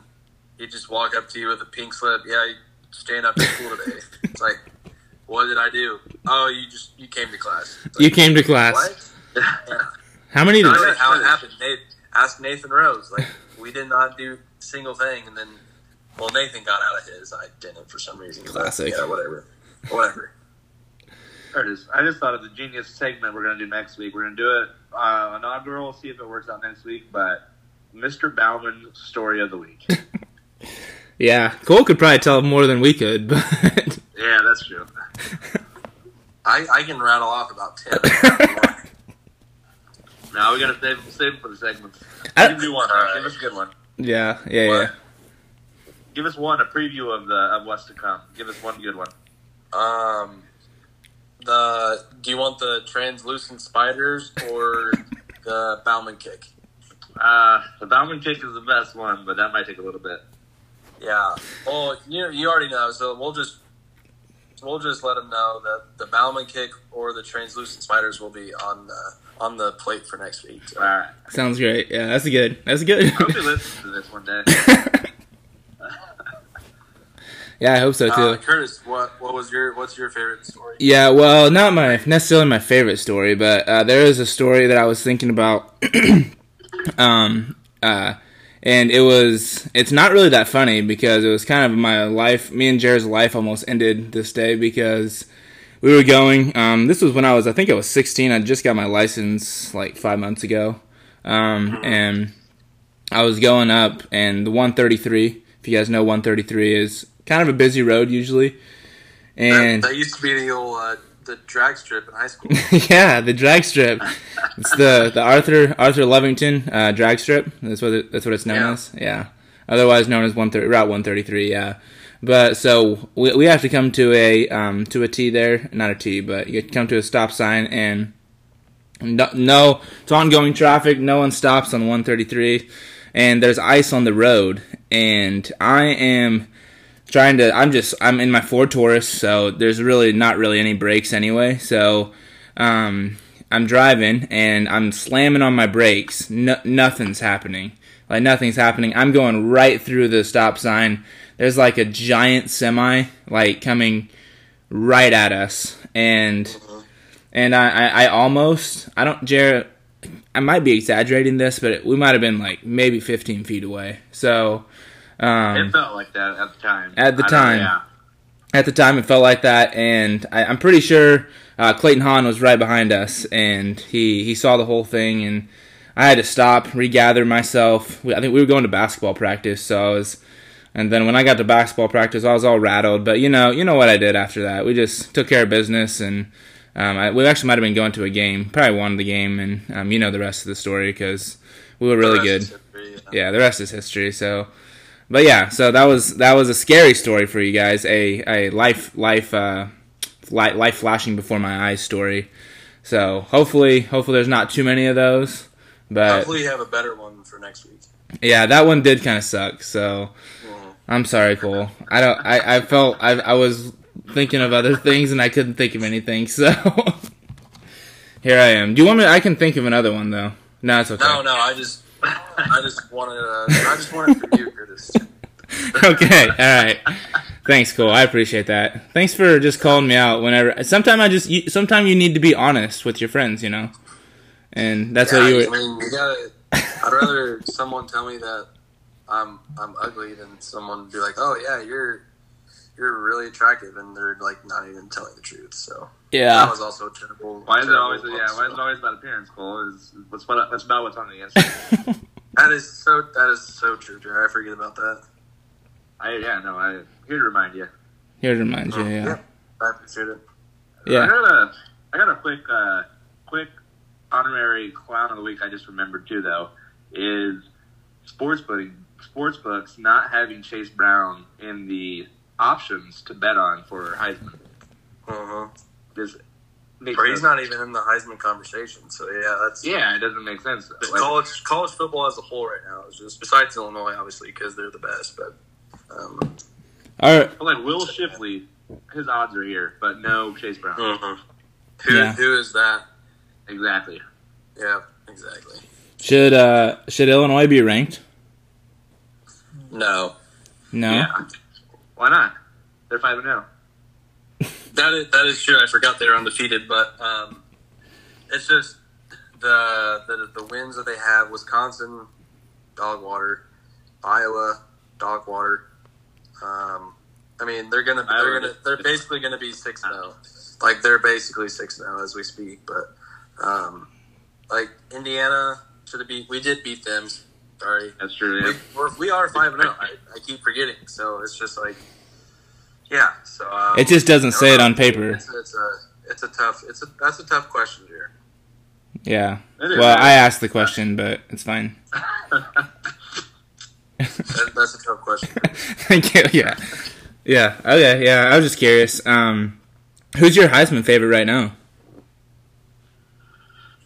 S3: he'd just walk up to you with a pink slip. Yeah, you stand up to school today. It's like, what did I do? Oh, you just you came to class. It's
S1: You
S3: like,
S1: came to class.
S3: What? Yeah.
S1: How many?
S3: I
S1: Did,
S3: don't know how it happened. Nate, ask Nathan Rose. Like we did not do a single thing, and then well, Nathan got out of his. I didn't for some reason. but,
S1: Classic.
S3: Yeah, whatever. Whatever.
S2: Curtis, I just thought of the genius segment we're gonna do next week. We're gonna do it uh, inaugural. See if it works out next week, but. Mr. Bauman story of the week.
S1: Yeah, Cole could probably tell more than we could, but
S2: Yeah, that's true.
S3: I, I can rattle off about ten.
S2: Now we gotta save save it for the segments.
S1: I-
S2: Give me one.
S3: All right.
S2: Give us a good one.
S1: yeah, yeah, yeah.
S2: Give us one. A preview of the of what's to come. Give us one good one.
S3: um, the do you want the translucent spiders or the Bauman kick?
S2: Uh, the Bauman kick is the best one, but that might take a little bit.
S3: Yeah. Well, you you already know, so we'll just we'll just let them know that the Bauman kick or the translucent spiders will be on the on the plate for next week.
S2: All right.
S1: Sounds great. Yeah, that's good. That's good.
S2: I hope they listen to this one day.
S1: yeah, I hope so too.
S3: Uh, Curtis, what what was your what's your favorite story?
S1: Yeah, well, not my necessarily my favorite story, but uh, there is a story that I was thinking about, um, uh, and it was it's not really that funny because it was kind of my life. Me and Jared's life almost ended this day because we were going. Um, this was when I was I think I was 16. I just got my license like five months ago, um, and I was going up and the 133. If you guys know 133 is kind of a busy road usually, and
S3: that, that used to be the old uh, the drag strip in high school.
S1: yeah, the drag strip. It's the the Arthur Arthur Lovington uh, drag strip. That's what it, that's what it's known
S3: Yeah.
S1: as. Yeah, otherwise known as one thirty Route one thirty three. Yeah, but so we we have to come to a um to a T there, not a T, but you come to a stop sign and no, no it's ongoing traffic. No one stops on one thirty three, and there's ice on the road, and I am trying to i'm just i'm in my ford taurus so there's really not really any brakes anyway so um, I'm driving and I'm slamming on my brakes. No, nothing's happening. Like nothing's happening. I'm going right through the stop sign. There's like a giant semi like coming right at us, and and I I, I almost I don't Jared. I might be exaggerating this, but we might have been like maybe 15 feet away. So um,
S2: it felt like that at the time.
S1: Mm. At the
S2: I don't-
S1: time.
S2: yeah.
S1: at the time it felt like that and I, i'm pretty sure uh, clayton hahn was right behind us and he, he saw the whole thing and i had to stop regather myself we, i think we were going to basketball practice so i was and then when i got to basketball practice i was all rattled but you know you know what i did after that we just took care of business and um, I, we actually might have been going to a game probably won the game and um, you know the rest of the story because we were really good yeah, the rest is history. So, but yeah, so that was that was a scary story for you guys, a a life life uh life, life flashing before my eyes story. So hopefully, hopefully there's not too many of those. But
S3: Hopefully, you have a better one for next week.
S1: yeah, that one did kind of suck. So
S3: Mm-hmm.
S1: I'm sorry, Cole. I don't. I I felt I I was thinking of other things and I couldn't think of anything. So here I am. Do you want me? I can think of another one though. No, it's okay.
S3: No, no, I just, I just wanted, uh, I just wanted for you, Curtis.
S1: okay, all right. Thanks, Cole. I appreciate that. Thanks for just calling me out whenever. Sometimes I just. You, sometimes you need to be honest with your friends, you know. And that's what you
S3: I
S1: were.
S3: mean, you gotta. I'd rather someone tell me that I'm I'm ugly than someone be like, oh yeah, you're you're really attractive, and they're like not even telling the truth. So that
S1: Yeah,
S3: was also a terrible.
S2: Why is it
S3: terrible
S2: always?
S3: one,
S2: Yeah. Why is
S3: so.
S2: it always about appearance, Cole? Is what's about, that's about what's on the inside.
S3: That is so. That is so true, Jared. I forget about that.
S2: I yeah no. I here to remind you.
S1: here to remind you. Yeah,
S3: I appreciate it.
S2: I
S1: yeah.
S2: got a, I got a quick, uh, quick honorary clown of the week. I just remembered too, though, is sports betting, sports books not having Chase Brown in the options to bet on for Heisman.
S3: Uh-huh.
S2: This makes
S3: Or
S2: sense.
S3: he's not even in the Heisman conversation. So yeah, that's
S2: Yeah, it doesn't make sense. though.
S3: Just
S2: Like,
S3: college college football as a whole right now is just besides Illinois, obviously, because they're the best. But um,
S1: All right.
S2: but, like Will Shipley, his odds are here, but no Chase Brown.
S3: who
S1: Yeah.
S3: who is that? Hmm.
S2: Exactly.
S3: Yeah, exactly.
S1: Should uh should Illinois be ranked?
S3: No,
S1: No.
S2: Yeah. Why not? They're five and oh. zero.
S3: that is that is true. I forgot they were undefeated, but um, it's just the, the the wins that they have: Wisconsin, dog water; Iowa, dog water. Um, I mean, they're gonna they're
S2: Iowa
S3: gonna
S2: just-
S3: they're basically gonna be six now. Like they're basically six now as we speak. But um, like Indiana should have beat we did beat them, Sorry,
S2: That's true.
S3: we,
S2: Yeah.
S3: we're, we are five and zero. I, I keep forgetting, so it's just like, yeah. So um,
S1: It just doesn't
S3: I don't
S1: say it
S3: know.
S1: on paper.
S3: It's, it's a it's a tough it's a that's a tough question here.
S1: Yeah.
S2: It is.
S1: Well, I asked the question, but it's fine.
S3: That, that's a tough question.
S1: Thank you. Yeah. Yeah. Okay. Yeah. I was just curious. Um, who's your Heisman favorite right now?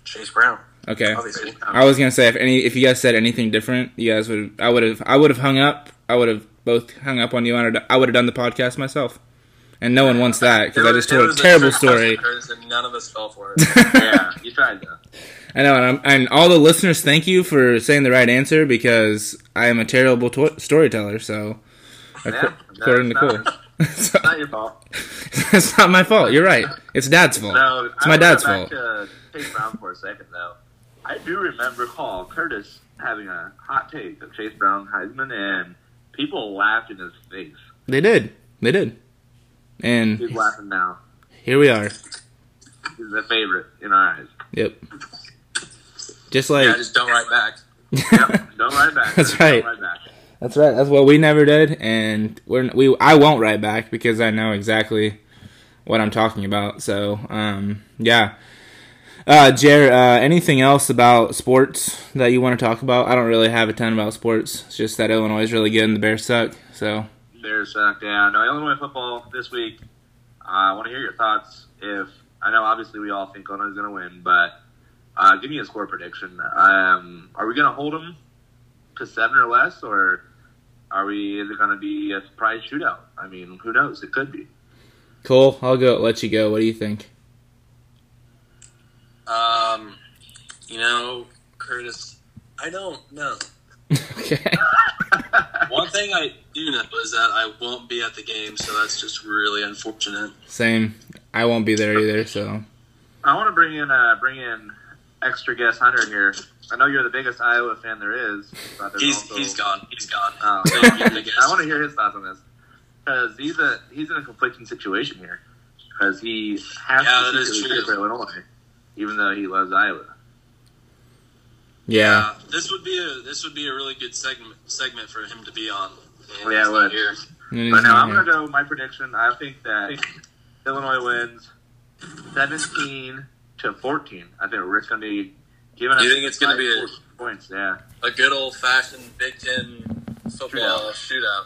S3: Chase Brown,
S1: Okay.
S3: obviously. Um,
S1: I was gonna say if any if you guys said anything different, you guys would I would have I would have hung up. I would have both hung up on you. and I would have done the podcast myself, and no one wants that because I
S3: It was-
S1: just
S3: it
S1: told a
S3: was
S1: terrible
S3: trick
S1: story.
S3: question, and none of us fell for it.
S2: yeah, you tried though.
S1: I know, and, I'm, and all the listeners, thank you for saying the right answer because I am a terrible to- storyteller. So,
S2: Yeah,
S1: acco- according to
S2: that's
S1: Cole,
S2: not-
S1: so,
S2: Not your fault.
S1: it's not my fault. You're right. It's Dad's fault.
S2: No,
S1: it's
S2: I
S1: my
S2: wanna go
S1: dad's
S2: back
S1: fault.
S2: To Chase Brown for a second though, I do remember Paul Curtis having a hot take of Chase Brown Heisman, and people laughed in his face.
S1: They did. They did.
S2: He's
S1: And
S2: laughing now.
S1: here we are.
S2: He's the favorite in our eyes.
S1: Yep. Just like
S3: Yeah, I just don't write back.
S2: Yep, don't write back.
S1: That's
S2: Don't
S1: right.
S2: write back.
S1: That's right. That's what we never did, and we're we I won't write back because I know exactly what I'm talking about. So um, yeah. Uh, Jer, uh, anything else about sports that you want to talk about? I don't really have a ton about sports. It's just that Illinois is really good and the Bears suck. So
S2: Bears suck. Yeah, no, Illinois football this week. Uh, I want to hear your thoughts. If I know, obviously, we all think Illinois is going to win, but uh, give me a score prediction. Um, are we going to hold them to seven or less, or are we? Is it going to be a surprise shootout? I mean, who knows? It could be.
S1: Cole, I'll go let you go. What do you think?
S3: Um, you know, Curtis, I don't know.
S1: okay.
S3: One thing I do know is that I won't be at the game, so that's just really unfortunate.
S1: Same. I won't be there either. So
S2: I want to bring in uh, bring in extra guest Hunter here. I know you're the biggest Iowa fan there is. But there's
S3: He's
S2: also-
S3: he's gone. He's gone.
S2: Oh,
S3: So,
S2: okay.
S3: I guess.
S2: I want to hear his thoughts on this because he's a he's in a conflicting situation here because he has
S3: Yeah, that
S2: to
S3: is
S2: secretly
S3: true.
S2: play for Illinois, even though he loves Iowa.
S1: yeah.
S3: Uh, this would be a this would be a really good segment segment for him to be on. And
S2: Yeah,
S3: he's
S2: it
S3: not
S2: would.
S3: here.
S2: But no, I'm gonna go with my prediction. I think that Illinois wins seventeen to fourteen. I think we're gonna be giving.
S3: You
S2: up
S3: think it's gonna be a-
S2: five points? Yeah,
S3: a good old fashioned Big Ten football shootout.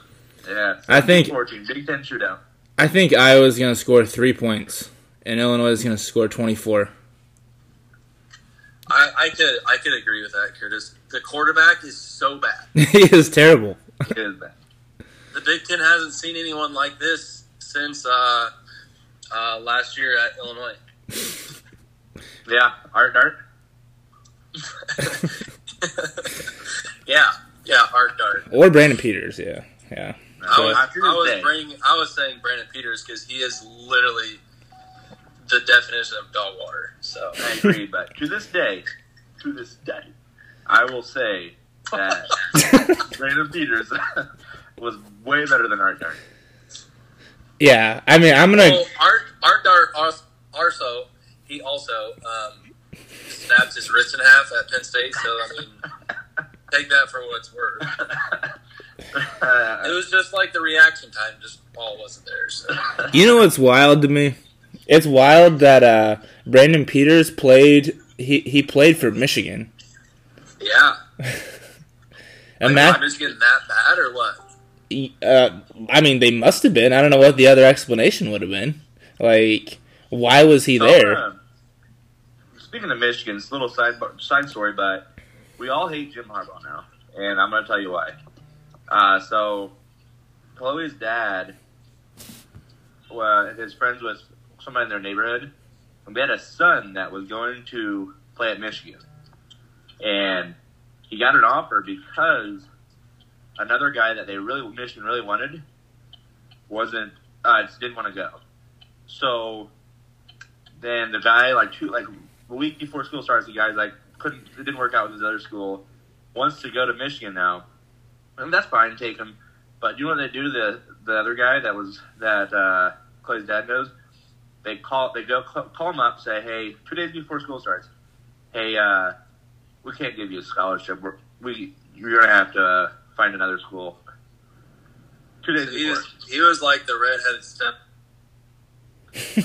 S2: yeah.
S1: I think-
S2: 14 Big Ten shootout.
S1: I think Iowa's going to score three points, and Illinois is going to score 24.
S3: I, I could I could agree with that, Curtis. The quarterback is so bad.
S1: he is terrible.
S2: It is bad.
S3: The Big Ten hasn't seen anyone like this since uh, uh, last year at Illinois.
S2: Yeah, art dart.
S3: yeah, yeah, Art Dart.
S1: Or Brandon Peters, yeah. Yeah.
S3: I was,
S2: Not
S3: I
S2: true
S3: was
S2: today.
S3: bringing, I was saying Brandon Peters because he is literally the definition of dog water. So
S2: I agree, but to this day, to this day, I will say that Brandon Peters was way better than Art Dart.
S1: yeah, I mean, I'm going
S3: well,
S1: to.
S3: Art Art Dart als- also he also um, snaps his wrist in half at Penn State. So I mean, take that for what it's worth. It was just like the reaction time just all wasn't there. So
S1: You know what's wild to me? It's wild that uh, Brandon Peters played. He, he played for Michigan.
S3: yeah,
S1: And
S3: Like,
S1: that,
S3: am just getting that bad or what?
S1: uh, I mean, they must have been. I don't know what the other explanation would have been. Like, why was he there?
S2: uh, speaking of Michigan, it's a little side side story, but we all hate Jim Harbaugh now, and I'm going to tell you why. Uh, so, Chloe's dad, well, his friends was somebody in their neighborhood, and they had a son that was going to play at Michigan, and he got an offer because another guy that they really Michigan really wanted wasn't uh, just didn't want to go. So then the guy like two like a week before school starts, the guy's like couldn't it didn't work out with his other school, wants to go to Michigan now, and that's fine, take him. But you know what they do to the the other guy that was that uh, Clay's dad knows? They call they go call, call him up, say hey, two days before school starts, hey, uh, we can't give you a scholarship. We're, we you're gonna have to uh, find another school. Two days
S3: he
S2: before.
S3: was he was like the redheaded step.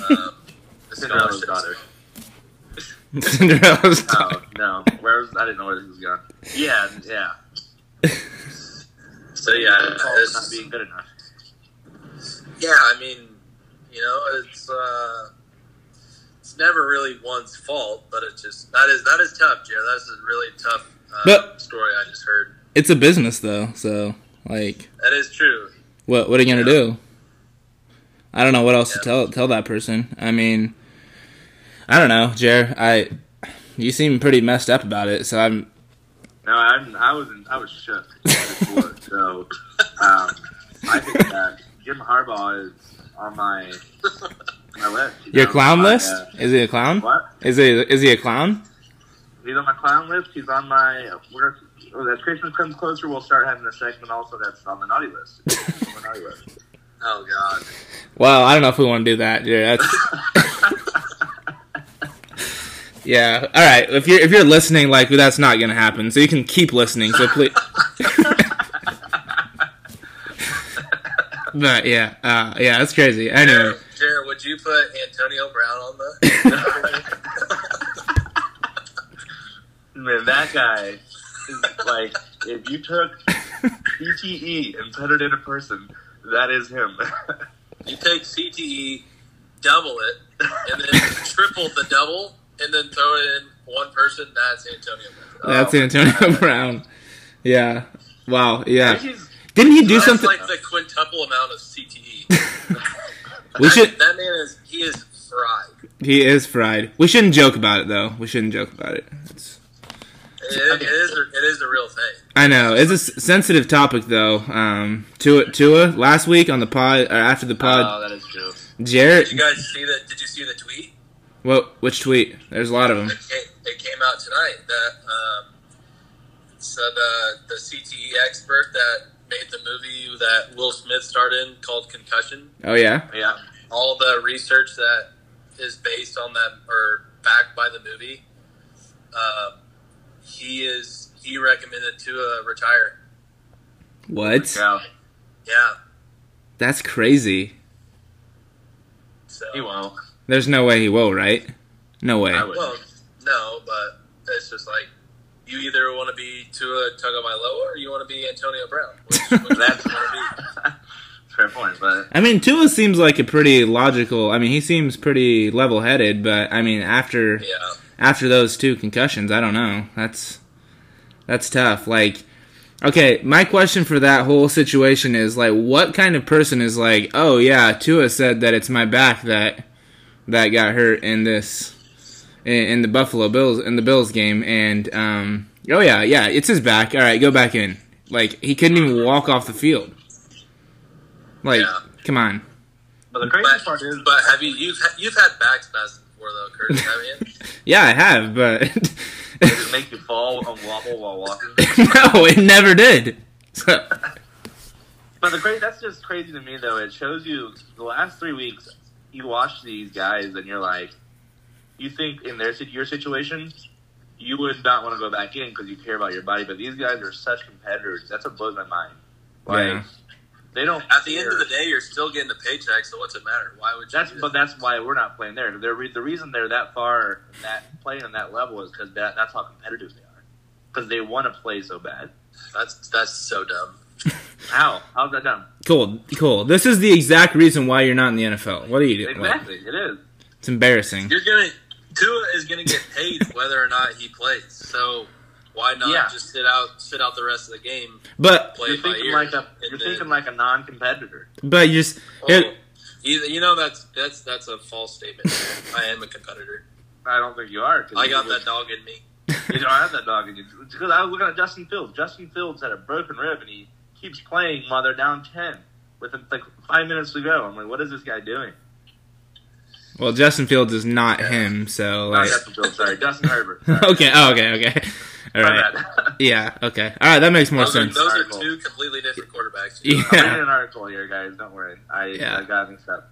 S3: Um, the
S2: Cinderella's
S3: scholarship.
S2: daughter.
S1: Cinderella's
S2: Oh
S1: daughter.
S2: no, where was I didn't know where this was going. Yeah, yeah.
S3: So yeah,
S2: Paul was not
S3: it's,
S2: being good enough.
S3: yeah. I mean, you know, it's uh, it's never really one's fault, but it's just that is that is tough, Jared. That's a really tough uh,
S1: But-
S3: story I just heard.
S1: It's a business though, so like,
S3: That is true.
S1: what what are you gonna do? I don't know what else to
S3: Yeah.
S1: tell tell that person. I mean, I don't know, Jer. I you seem pretty messed up about it, so I'm
S2: No, I'm, I was in, I was shook. so um, I think that Jim Harbaugh is on my my list. you
S1: your
S2: know,
S1: clown
S2: my,
S1: list.
S2: uh,
S1: Is he a clown?
S2: what?
S1: Is he is he a clown?
S2: He's on my clown list. He's on my. We're, well, as Oh, Christmas comes closer, we'll start having a segment also that's on the naughty list. On the naughty list.
S3: Oh God.
S1: Well, I don't know if we want to do that. Yeah, that's. yeah. All right. If you're if you're listening, like that's not gonna happen. So you can keep listening. So please. but yeah, uh, yeah, that's crazy. Anyway,
S3: Jared, Jared, would you put Antonio Brown on the?
S2: Man, that guy is like if you took PTE and put it in a person, that is him.
S3: you take CTE, double it, and then triple the double, and then throw it in one person. That's Antonio Brown.
S2: Oh.
S1: that's Antonio Brown. Yeah. Wow. Yeah.
S2: He's-
S1: Didn't he do
S3: That's
S1: something?
S3: like the quintuple amount of CTE.
S1: We
S3: that,
S1: should.
S3: that man is he is fried.
S1: He is fried. We shouldn't joke about it though. We shouldn't joke about it. It's,
S3: It- it is a- it is a real thing.
S1: I know it's a s- sensitive topic though. Um, Tua, Tua last week on the pod or after the pod,
S2: oh, that is true.
S1: Jarrett.
S3: Did you guys see that? Did you see the tweet?
S1: Well, which tweet? There's a lot of them.
S3: It came, it came out tonight that um, so the the CTE expert that made the movie that Will Smith starred in called Concussion.
S1: Oh yeah,
S2: Yeah,
S3: all the research that is based on that or backed by the movie, um, he is he recommended Tua retire.
S1: what?
S2: yeah.
S3: Yeah,
S1: That's crazy.
S3: so
S2: He won't.
S1: There's no way he will, right? No way.
S2: I would.
S3: well, no, but it's just like you either want to be Tua Tagovailoa or you want to be Antonio Brown. Which, which
S2: That's
S3: that's want to be.
S2: fair point, but
S1: I mean, Tua seems like a pretty logical. I mean, he seems pretty level-headed, but I mean, after
S3: Yeah,
S1: after those two concussions, I don't know. That's that's tough. Like okay, my question for that whole situation is like what kind of person is like, "Oh yeah, Tua said that it's my back that that got hurt in this in, in the Buffalo Bills in the Bills game and um oh yeah, yeah, it's his back. All right, go back in." Like he couldn't even walk off the field. Like,
S3: Yeah.
S1: come on.
S2: but the crazy
S3: but,
S2: part is,
S3: but have you you've you've had back spasms before though, Curtis? Haven't you?
S1: Yeah, I have, but
S2: does it make you fall and wobble while walking?
S1: no, it never did. So
S2: But the crazy, that's just crazy to me, though. It shows you the last three weeks, you watch these guys, and you're like, you think in their sit- your situation, you would not want to go back in because you care about your body. But these guys are such competitors. That's what blows my mind. Like
S1: Yeah.
S2: they don't.
S3: At the end of
S2: care.
S3: the day, you're still getting the paycheck, so what's it matter? Why would you?
S2: That's
S3: do that?
S2: but that's why we're not playing there. They're re- the reason they're that far, that playing on that level is because that, that's how competitive they are. Because they want to play so bad.
S3: That's that's so dumb.
S2: How? How's that done?
S1: Cool, cool. This is the exact reason why you're not in the NFL. What are you doing?
S2: Exactly. It is.
S1: It's embarrassing.
S3: You're gonna Tua is gonna get paid whether or not he plays. So why not
S2: Yeah.
S3: just sit out sit out the rest of the game,
S1: But
S3: play
S2: You're
S3: it by
S2: thinking
S3: ear?
S2: like a
S3: and
S2: you're
S3: then-
S2: thinking like a non-competitor.
S1: but you just
S3: Oh,
S1: here-
S3: you, you know that's that's that's a false statement. I am a competitor.
S2: I don't think you are. 'cause
S3: I
S2: you
S3: got that
S2: just-
S3: dog in me.
S2: You don't have that dog in you. Because I was looking at Justin Fields. Justin Fields had a broken rib, and he keeps playing while they're down ten with like five minutes to go. I'm like, what is this guy doing?
S1: well, Justin Fields is not him, so
S2: Not
S1: like
S2: Justin Fields. Sorry, Justin Herbert. Sorry.
S1: okay, oh, okay, okay. All
S2: My
S1: right,
S2: bad.
S1: yeah, okay, all right. That makes more
S3: Those are,
S1: sense.
S3: those are
S2: Article.
S3: two completely different quarterbacks.
S2: I'm
S1: Yeah,
S2: reading an article here, guys. Don't worry. I,
S1: Yeah.
S2: I got mixed up.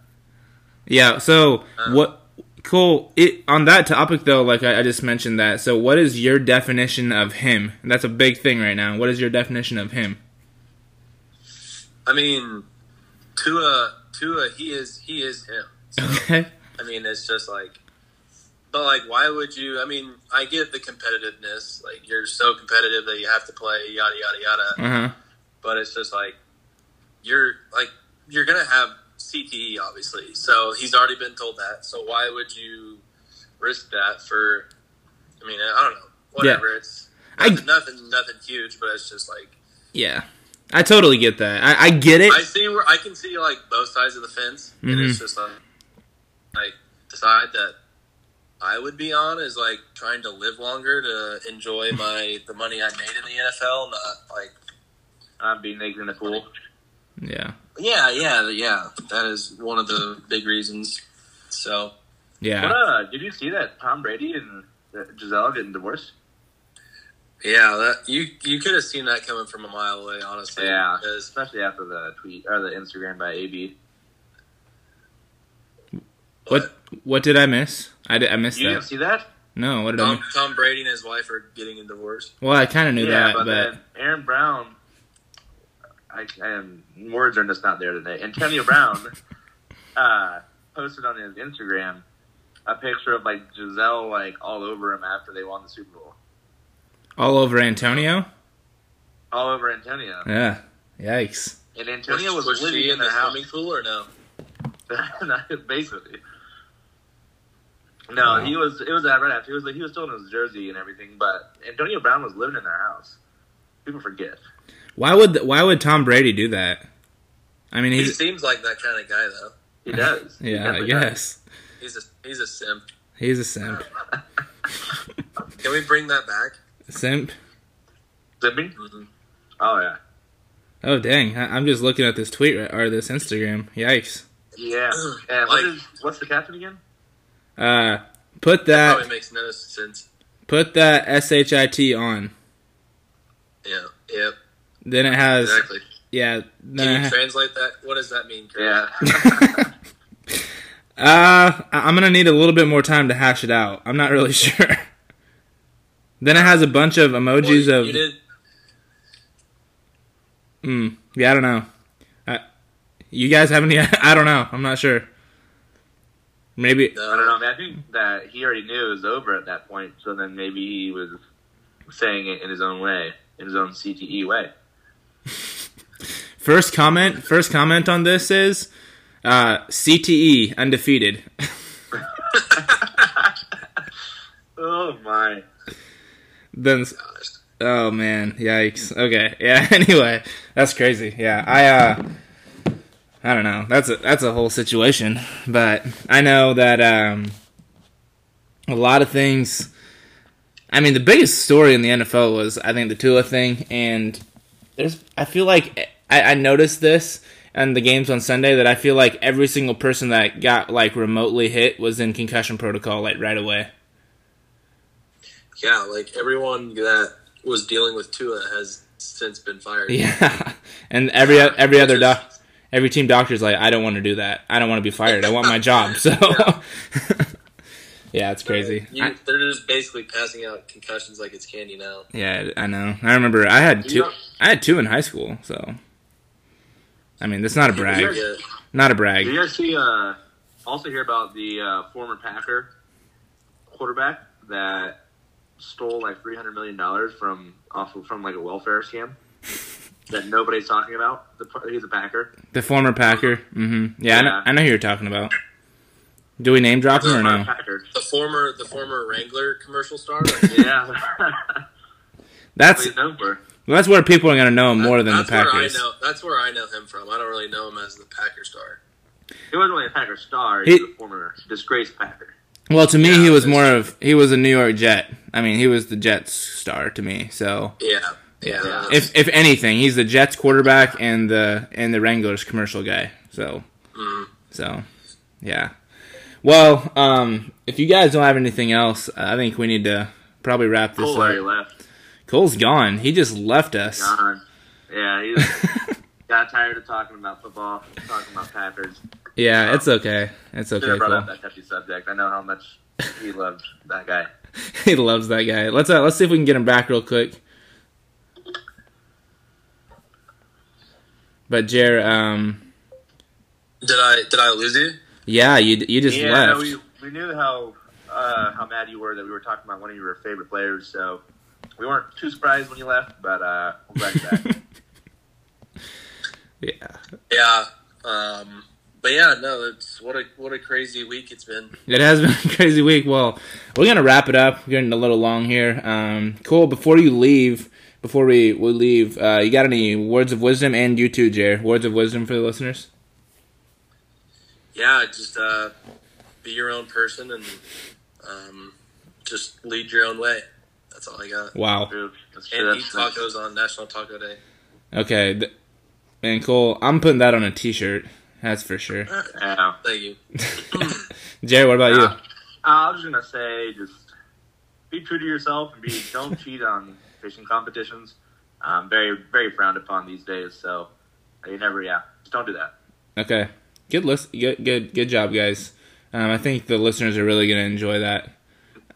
S1: yeah. So what? Cool. It on that topic though, like I, I just mentioned that. So, what is your definition of him? That's a big thing right now. What is your definition of him?
S3: I mean, Tua, Tua, he is he is him. So,
S1: Okay.
S3: I mean, it's just like, but like, why would you? I mean, I get the competitiveness. Like, you're so competitive that you have to play yada yada yada.
S1: Uh huh.
S3: But it's just like, you're like you're gonna have CTE, obviously. So he's already been told that. So why would you risk that for? I mean, I don't know. Whatever. It's
S1: I-
S3: nothing, nothing, nothing huge. But it's just like.
S1: Yeah. I totally get that. I, I get it.
S3: I see where I can see like both sides of the fence, and it's
S1: Mhm.
S3: just like, like the side that I would be on is like trying to live longer to enjoy my the money I made in the NFL. Not like
S2: I'm being naked in the pool.
S1: yeah.
S3: yeah, yeah, yeah. That is one of the big reasons. So
S2: What,
S1: Yeah.
S2: uh, did you see that Tom Brady and uh, Giselle getting divorced?
S3: yeah, that you you could have seen that coming from a mile away, honestly.
S2: Yeah.
S3: 'cause-
S2: Especially after the tweet or the Instagram by AB.
S1: What What did I miss? I, did, I missed
S2: You didn't
S1: that.
S2: see that?
S1: No. What did I?
S3: Tom,
S1: Miss?
S3: Tom Brady and his wife are getting a divorce.
S1: Well, I kind of knew that, but,
S2: then Aaron Brown. I, I am, words are just not there today. Antonio Brown uh, posted on his Instagram a picture of like Giselle like all over him after they won the Super Bowl,
S1: all over Antonio.
S2: all over Antonio,
S1: Yeah. Yikes.
S2: and Antonio was,
S3: was
S2: living
S3: she in the
S2: house.
S3: swimming pool or no?
S2: basically. No, he was. It was that right after he was. He was still in his jersey and everything, but Antonio Brown was living in their house. People forget.
S1: Why would th- Why would Tom Brady do that? I mean,
S3: He
S1: he's
S3: seems like that kind of guy though.
S2: He does. He
S1: yeah. I
S2: definitely does.
S1: guess
S3: He's a he's a simp.
S1: he's a simp.
S3: Can we bring that back? Mm-hmm.
S1: Simp.
S2: Zipping? Oh yeah.
S1: Oh dang! I- I'm just looking at this tweet ri- or this Instagram. Yikes.
S2: Yeah. And what
S3: Like-
S2: is, what's the captain again?
S1: Uh, put
S3: Probably
S1: that
S3: makes no sense.
S1: put that S H I T on.
S3: Yeah. Yep.
S1: Then it has
S3: Exactly.
S1: yeah.
S3: Can
S1: Then
S3: you
S1: it
S3: translate that? What does that mean? Chris?
S2: Yeah.
S1: ha- uh, I- I'm gonna need a little bit more time to hash it out. I'm not really sure. then it has a bunch of
S3: Well,
S1: emojis
S3: you,
S1: of
S3: you did.
S1: Mm, yeah, I don't know. I, you guys have any? I don't know. I'm not sure. Maybe.
S3: No,
S2: I don't know. I, mean, I think that he already knew it was over at that point. So then maybe he was saying it in his own way, in his own CTE way.
S1: First comment. First comment on this is uh, CTE undefeated.
S2: Oh my.
S1: then. Oh man, yikes. Okay, yeah. Anyway, that's crazy. Yeah, I uh, I don't know. That's a that's a whole situation. But I know that um, a lot of things. I mean, the biggest story in the NFL was I think the Tua thing, and there's I feel like I, I noticed this and the games on Sunday that I feel like every single person that got like remotely hit was in concussion protocol like right away.
S3: Yeah, like everyone that was dealing with Tua has since been fired.
S1: Yeah, and every every
S3: Which
S1: other
S3: is-
S1: doc, every team doctor's like, I don't want to do that. I don't want to be fired. I want my job. So,
S3: Yeah.
S1: yeah, it's crazy.
S3: Uh, You,
S1: I-
S3: they're just basically passing out concussions like it's candy now.
S1: yeah, I know. I remember I had two.
S2: Yeah.
S1: I had two in high school. So, I mean, that's not a
S3: You
S1: brag.
S3: get-
S1: Not a
S2: Did
S3: Mm-hmm.
S1: brag.
S2: you guys see? Uh, also hear about the uh, former Packer quarterback that stole like three hundred million dollars from off of, from like a welfare scam that nobody's talking about. The, he's a Packer.
S1: The former Packer. hmm Yeah, I, know,
S2: Yeah.
S1: I know who you're talking about. Do we name drop him or
S2: Former
S1: no?
S2: Packer.
S3: The former the former Wrangler commercial star.
S2: Yeah.
S1: That's
S2: That's what he's known for.
S1: that's where people are gonna know him more than the
S3: that's Where I
S1: Packers.
S3: know, that's where I know him from. I don't really know him as the Packer star.
S2: He wasn't really a Packer star. He,
S1: He-
S2: was a former disgraced Packer.
S1: Well, to me,
S3: Yeah,
S1: he was
S3: that's-
S1: more of he was a New York Jet. I mean, he was the Jets star to me. So,
S3: Yeah. Yeah.
S2: Yeah.
S1: if if anything, he's the Jets quarterback and the and the Wranglers commercial guy. So,
S2: Mm.
S1: so yeah. Well, um, if you guys don't have anything else, I think we need to probably wrap this
S2: Cole already
S1: up.
S2: left.
S1: Cole's gone. He just left us.
S2: Gone. Yeah, he was- got tired of talking about football, talking about Packers.
S1: Yeah, it's okay. It's
S2: Should have
S1: okay.
S2: brought
S1: Cole.
S2: up that touchy subject. I know how much he loved that guy.
S1: He loves that guy. Let's uh, let's see if we can get him back real quick. But Jer, um,
S3: Did I did I lose you?
S1: yeah, you you just
S2: yeah,
S1: left.
S2: no, we we knew how uh, how mad you were that we were talking about one of your favorite players, so we weren't too surprised when you left. But uh, I'm glad you're back.
S1: yeah,
S3: Yeah. Um, but yeah, no, it's what a what a crazy week it's been.
S1: it has been a crazy week. Well, we're gonna wrap it up. We're getting a little long here. Um, cool. Before you leave, before we we leave, uh, you got any words of wisdom? And you too, Jer. Words of wisdom for the listeners.
S3: Yeah, just uh, be your own person and um, just lead your own way. That's all I got.
S1: Wow.
S2: True. That's true.
S3: And eat
S2: That's- that's-
S3: tacos on National Taco Day.
S1: Okay. Th- and Cole, I'm putting that on a T-shirt. That's for sure.
S2: yeah.
S3: Thank you.
S1: Jer, what about you?
S2: Uh, I was gonna say just be true to yourself and be don't cheat on fishing competitions. Um, very very frowned upon these days. So uh, you never yeah just don't do that.
S1: Okay. Good list. Good good good job, guys. Um, I think the listeners are really gonna enjoy that.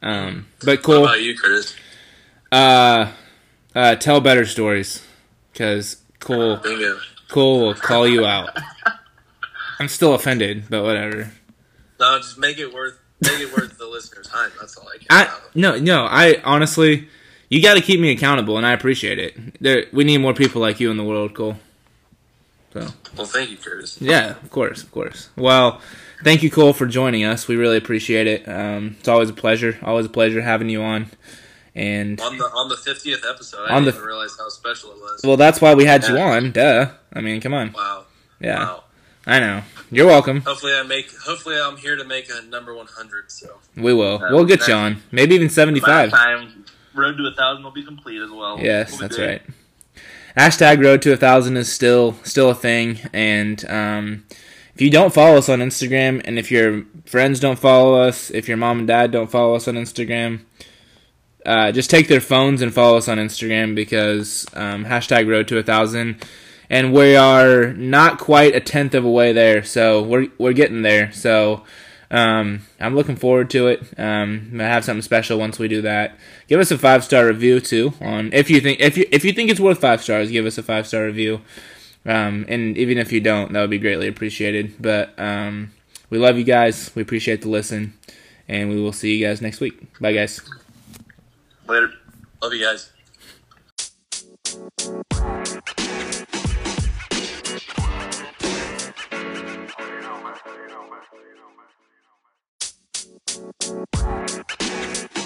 S1: Um, but
S3: How
S1: cool.
S3: about you, Curtis?
S1: Uh, uh, tell better stories, cause Cole
S3: Bingo.
S1: Cole will call you out. I'm still offended, but whatever.
S3: No, just make it worth make it worth the listener's time. That's all I care
S1: I
S3: about.
S1: no no. I honestly, you got to keep me accountable, and I appreciate it. There, we need more people like you in the world, Cole. So.
S3: Well, thank you, Curtis.
S1: Yeah, of course, of course. Well, thank you, Cole, for joining us. We really appreciate it. Um, it's always a pleasure. Always a pleasure having you on. And
S3: On the on the fiftieth episode, I
S1: On the-
S3: didn't even realize how special it was.
S1: well, that's why we had you on. Duh. I mean, come on.
S3: wow.
S1: Yeah,
S3: Wow.
S1: I know. You're welcome.
S3: Hopefully, I make. Hopefully, I'm here to make a number one hundred. So
S1: We will. We'll get you on. Maybe even
S2: By the
S1: 75.
S2: time road to a thousand will be complete as well.
S1: Yes,
S2: We'll be
S1: that's
S2: good.
S1: right. Hashtag Road to a Thousand is still still a thing, and um, if you don't follow us on Instagram, and if your friends don't follow us, if your mom and dad don't follow us on Instagram, uh, just take their phones and follow us on Instagram because um, hashtag Road to a Thousand, and we are not quite a tenth of a way there, so we're we're getting there. So. Um, I'm looking forward to it. Um, I'm gonna have something special once we do that. Give us a five star review too. On if you think if you if you think it's worth five stars, give us a five star review. Um, and even if you don't, that would be greatly appreciated. But um, we love you guys. We appreciate the listen, and we will see you guys next week. Bye, guys.
S2: Later.
S3: love you guys.
S5: You know, man. You know, man. You know, man.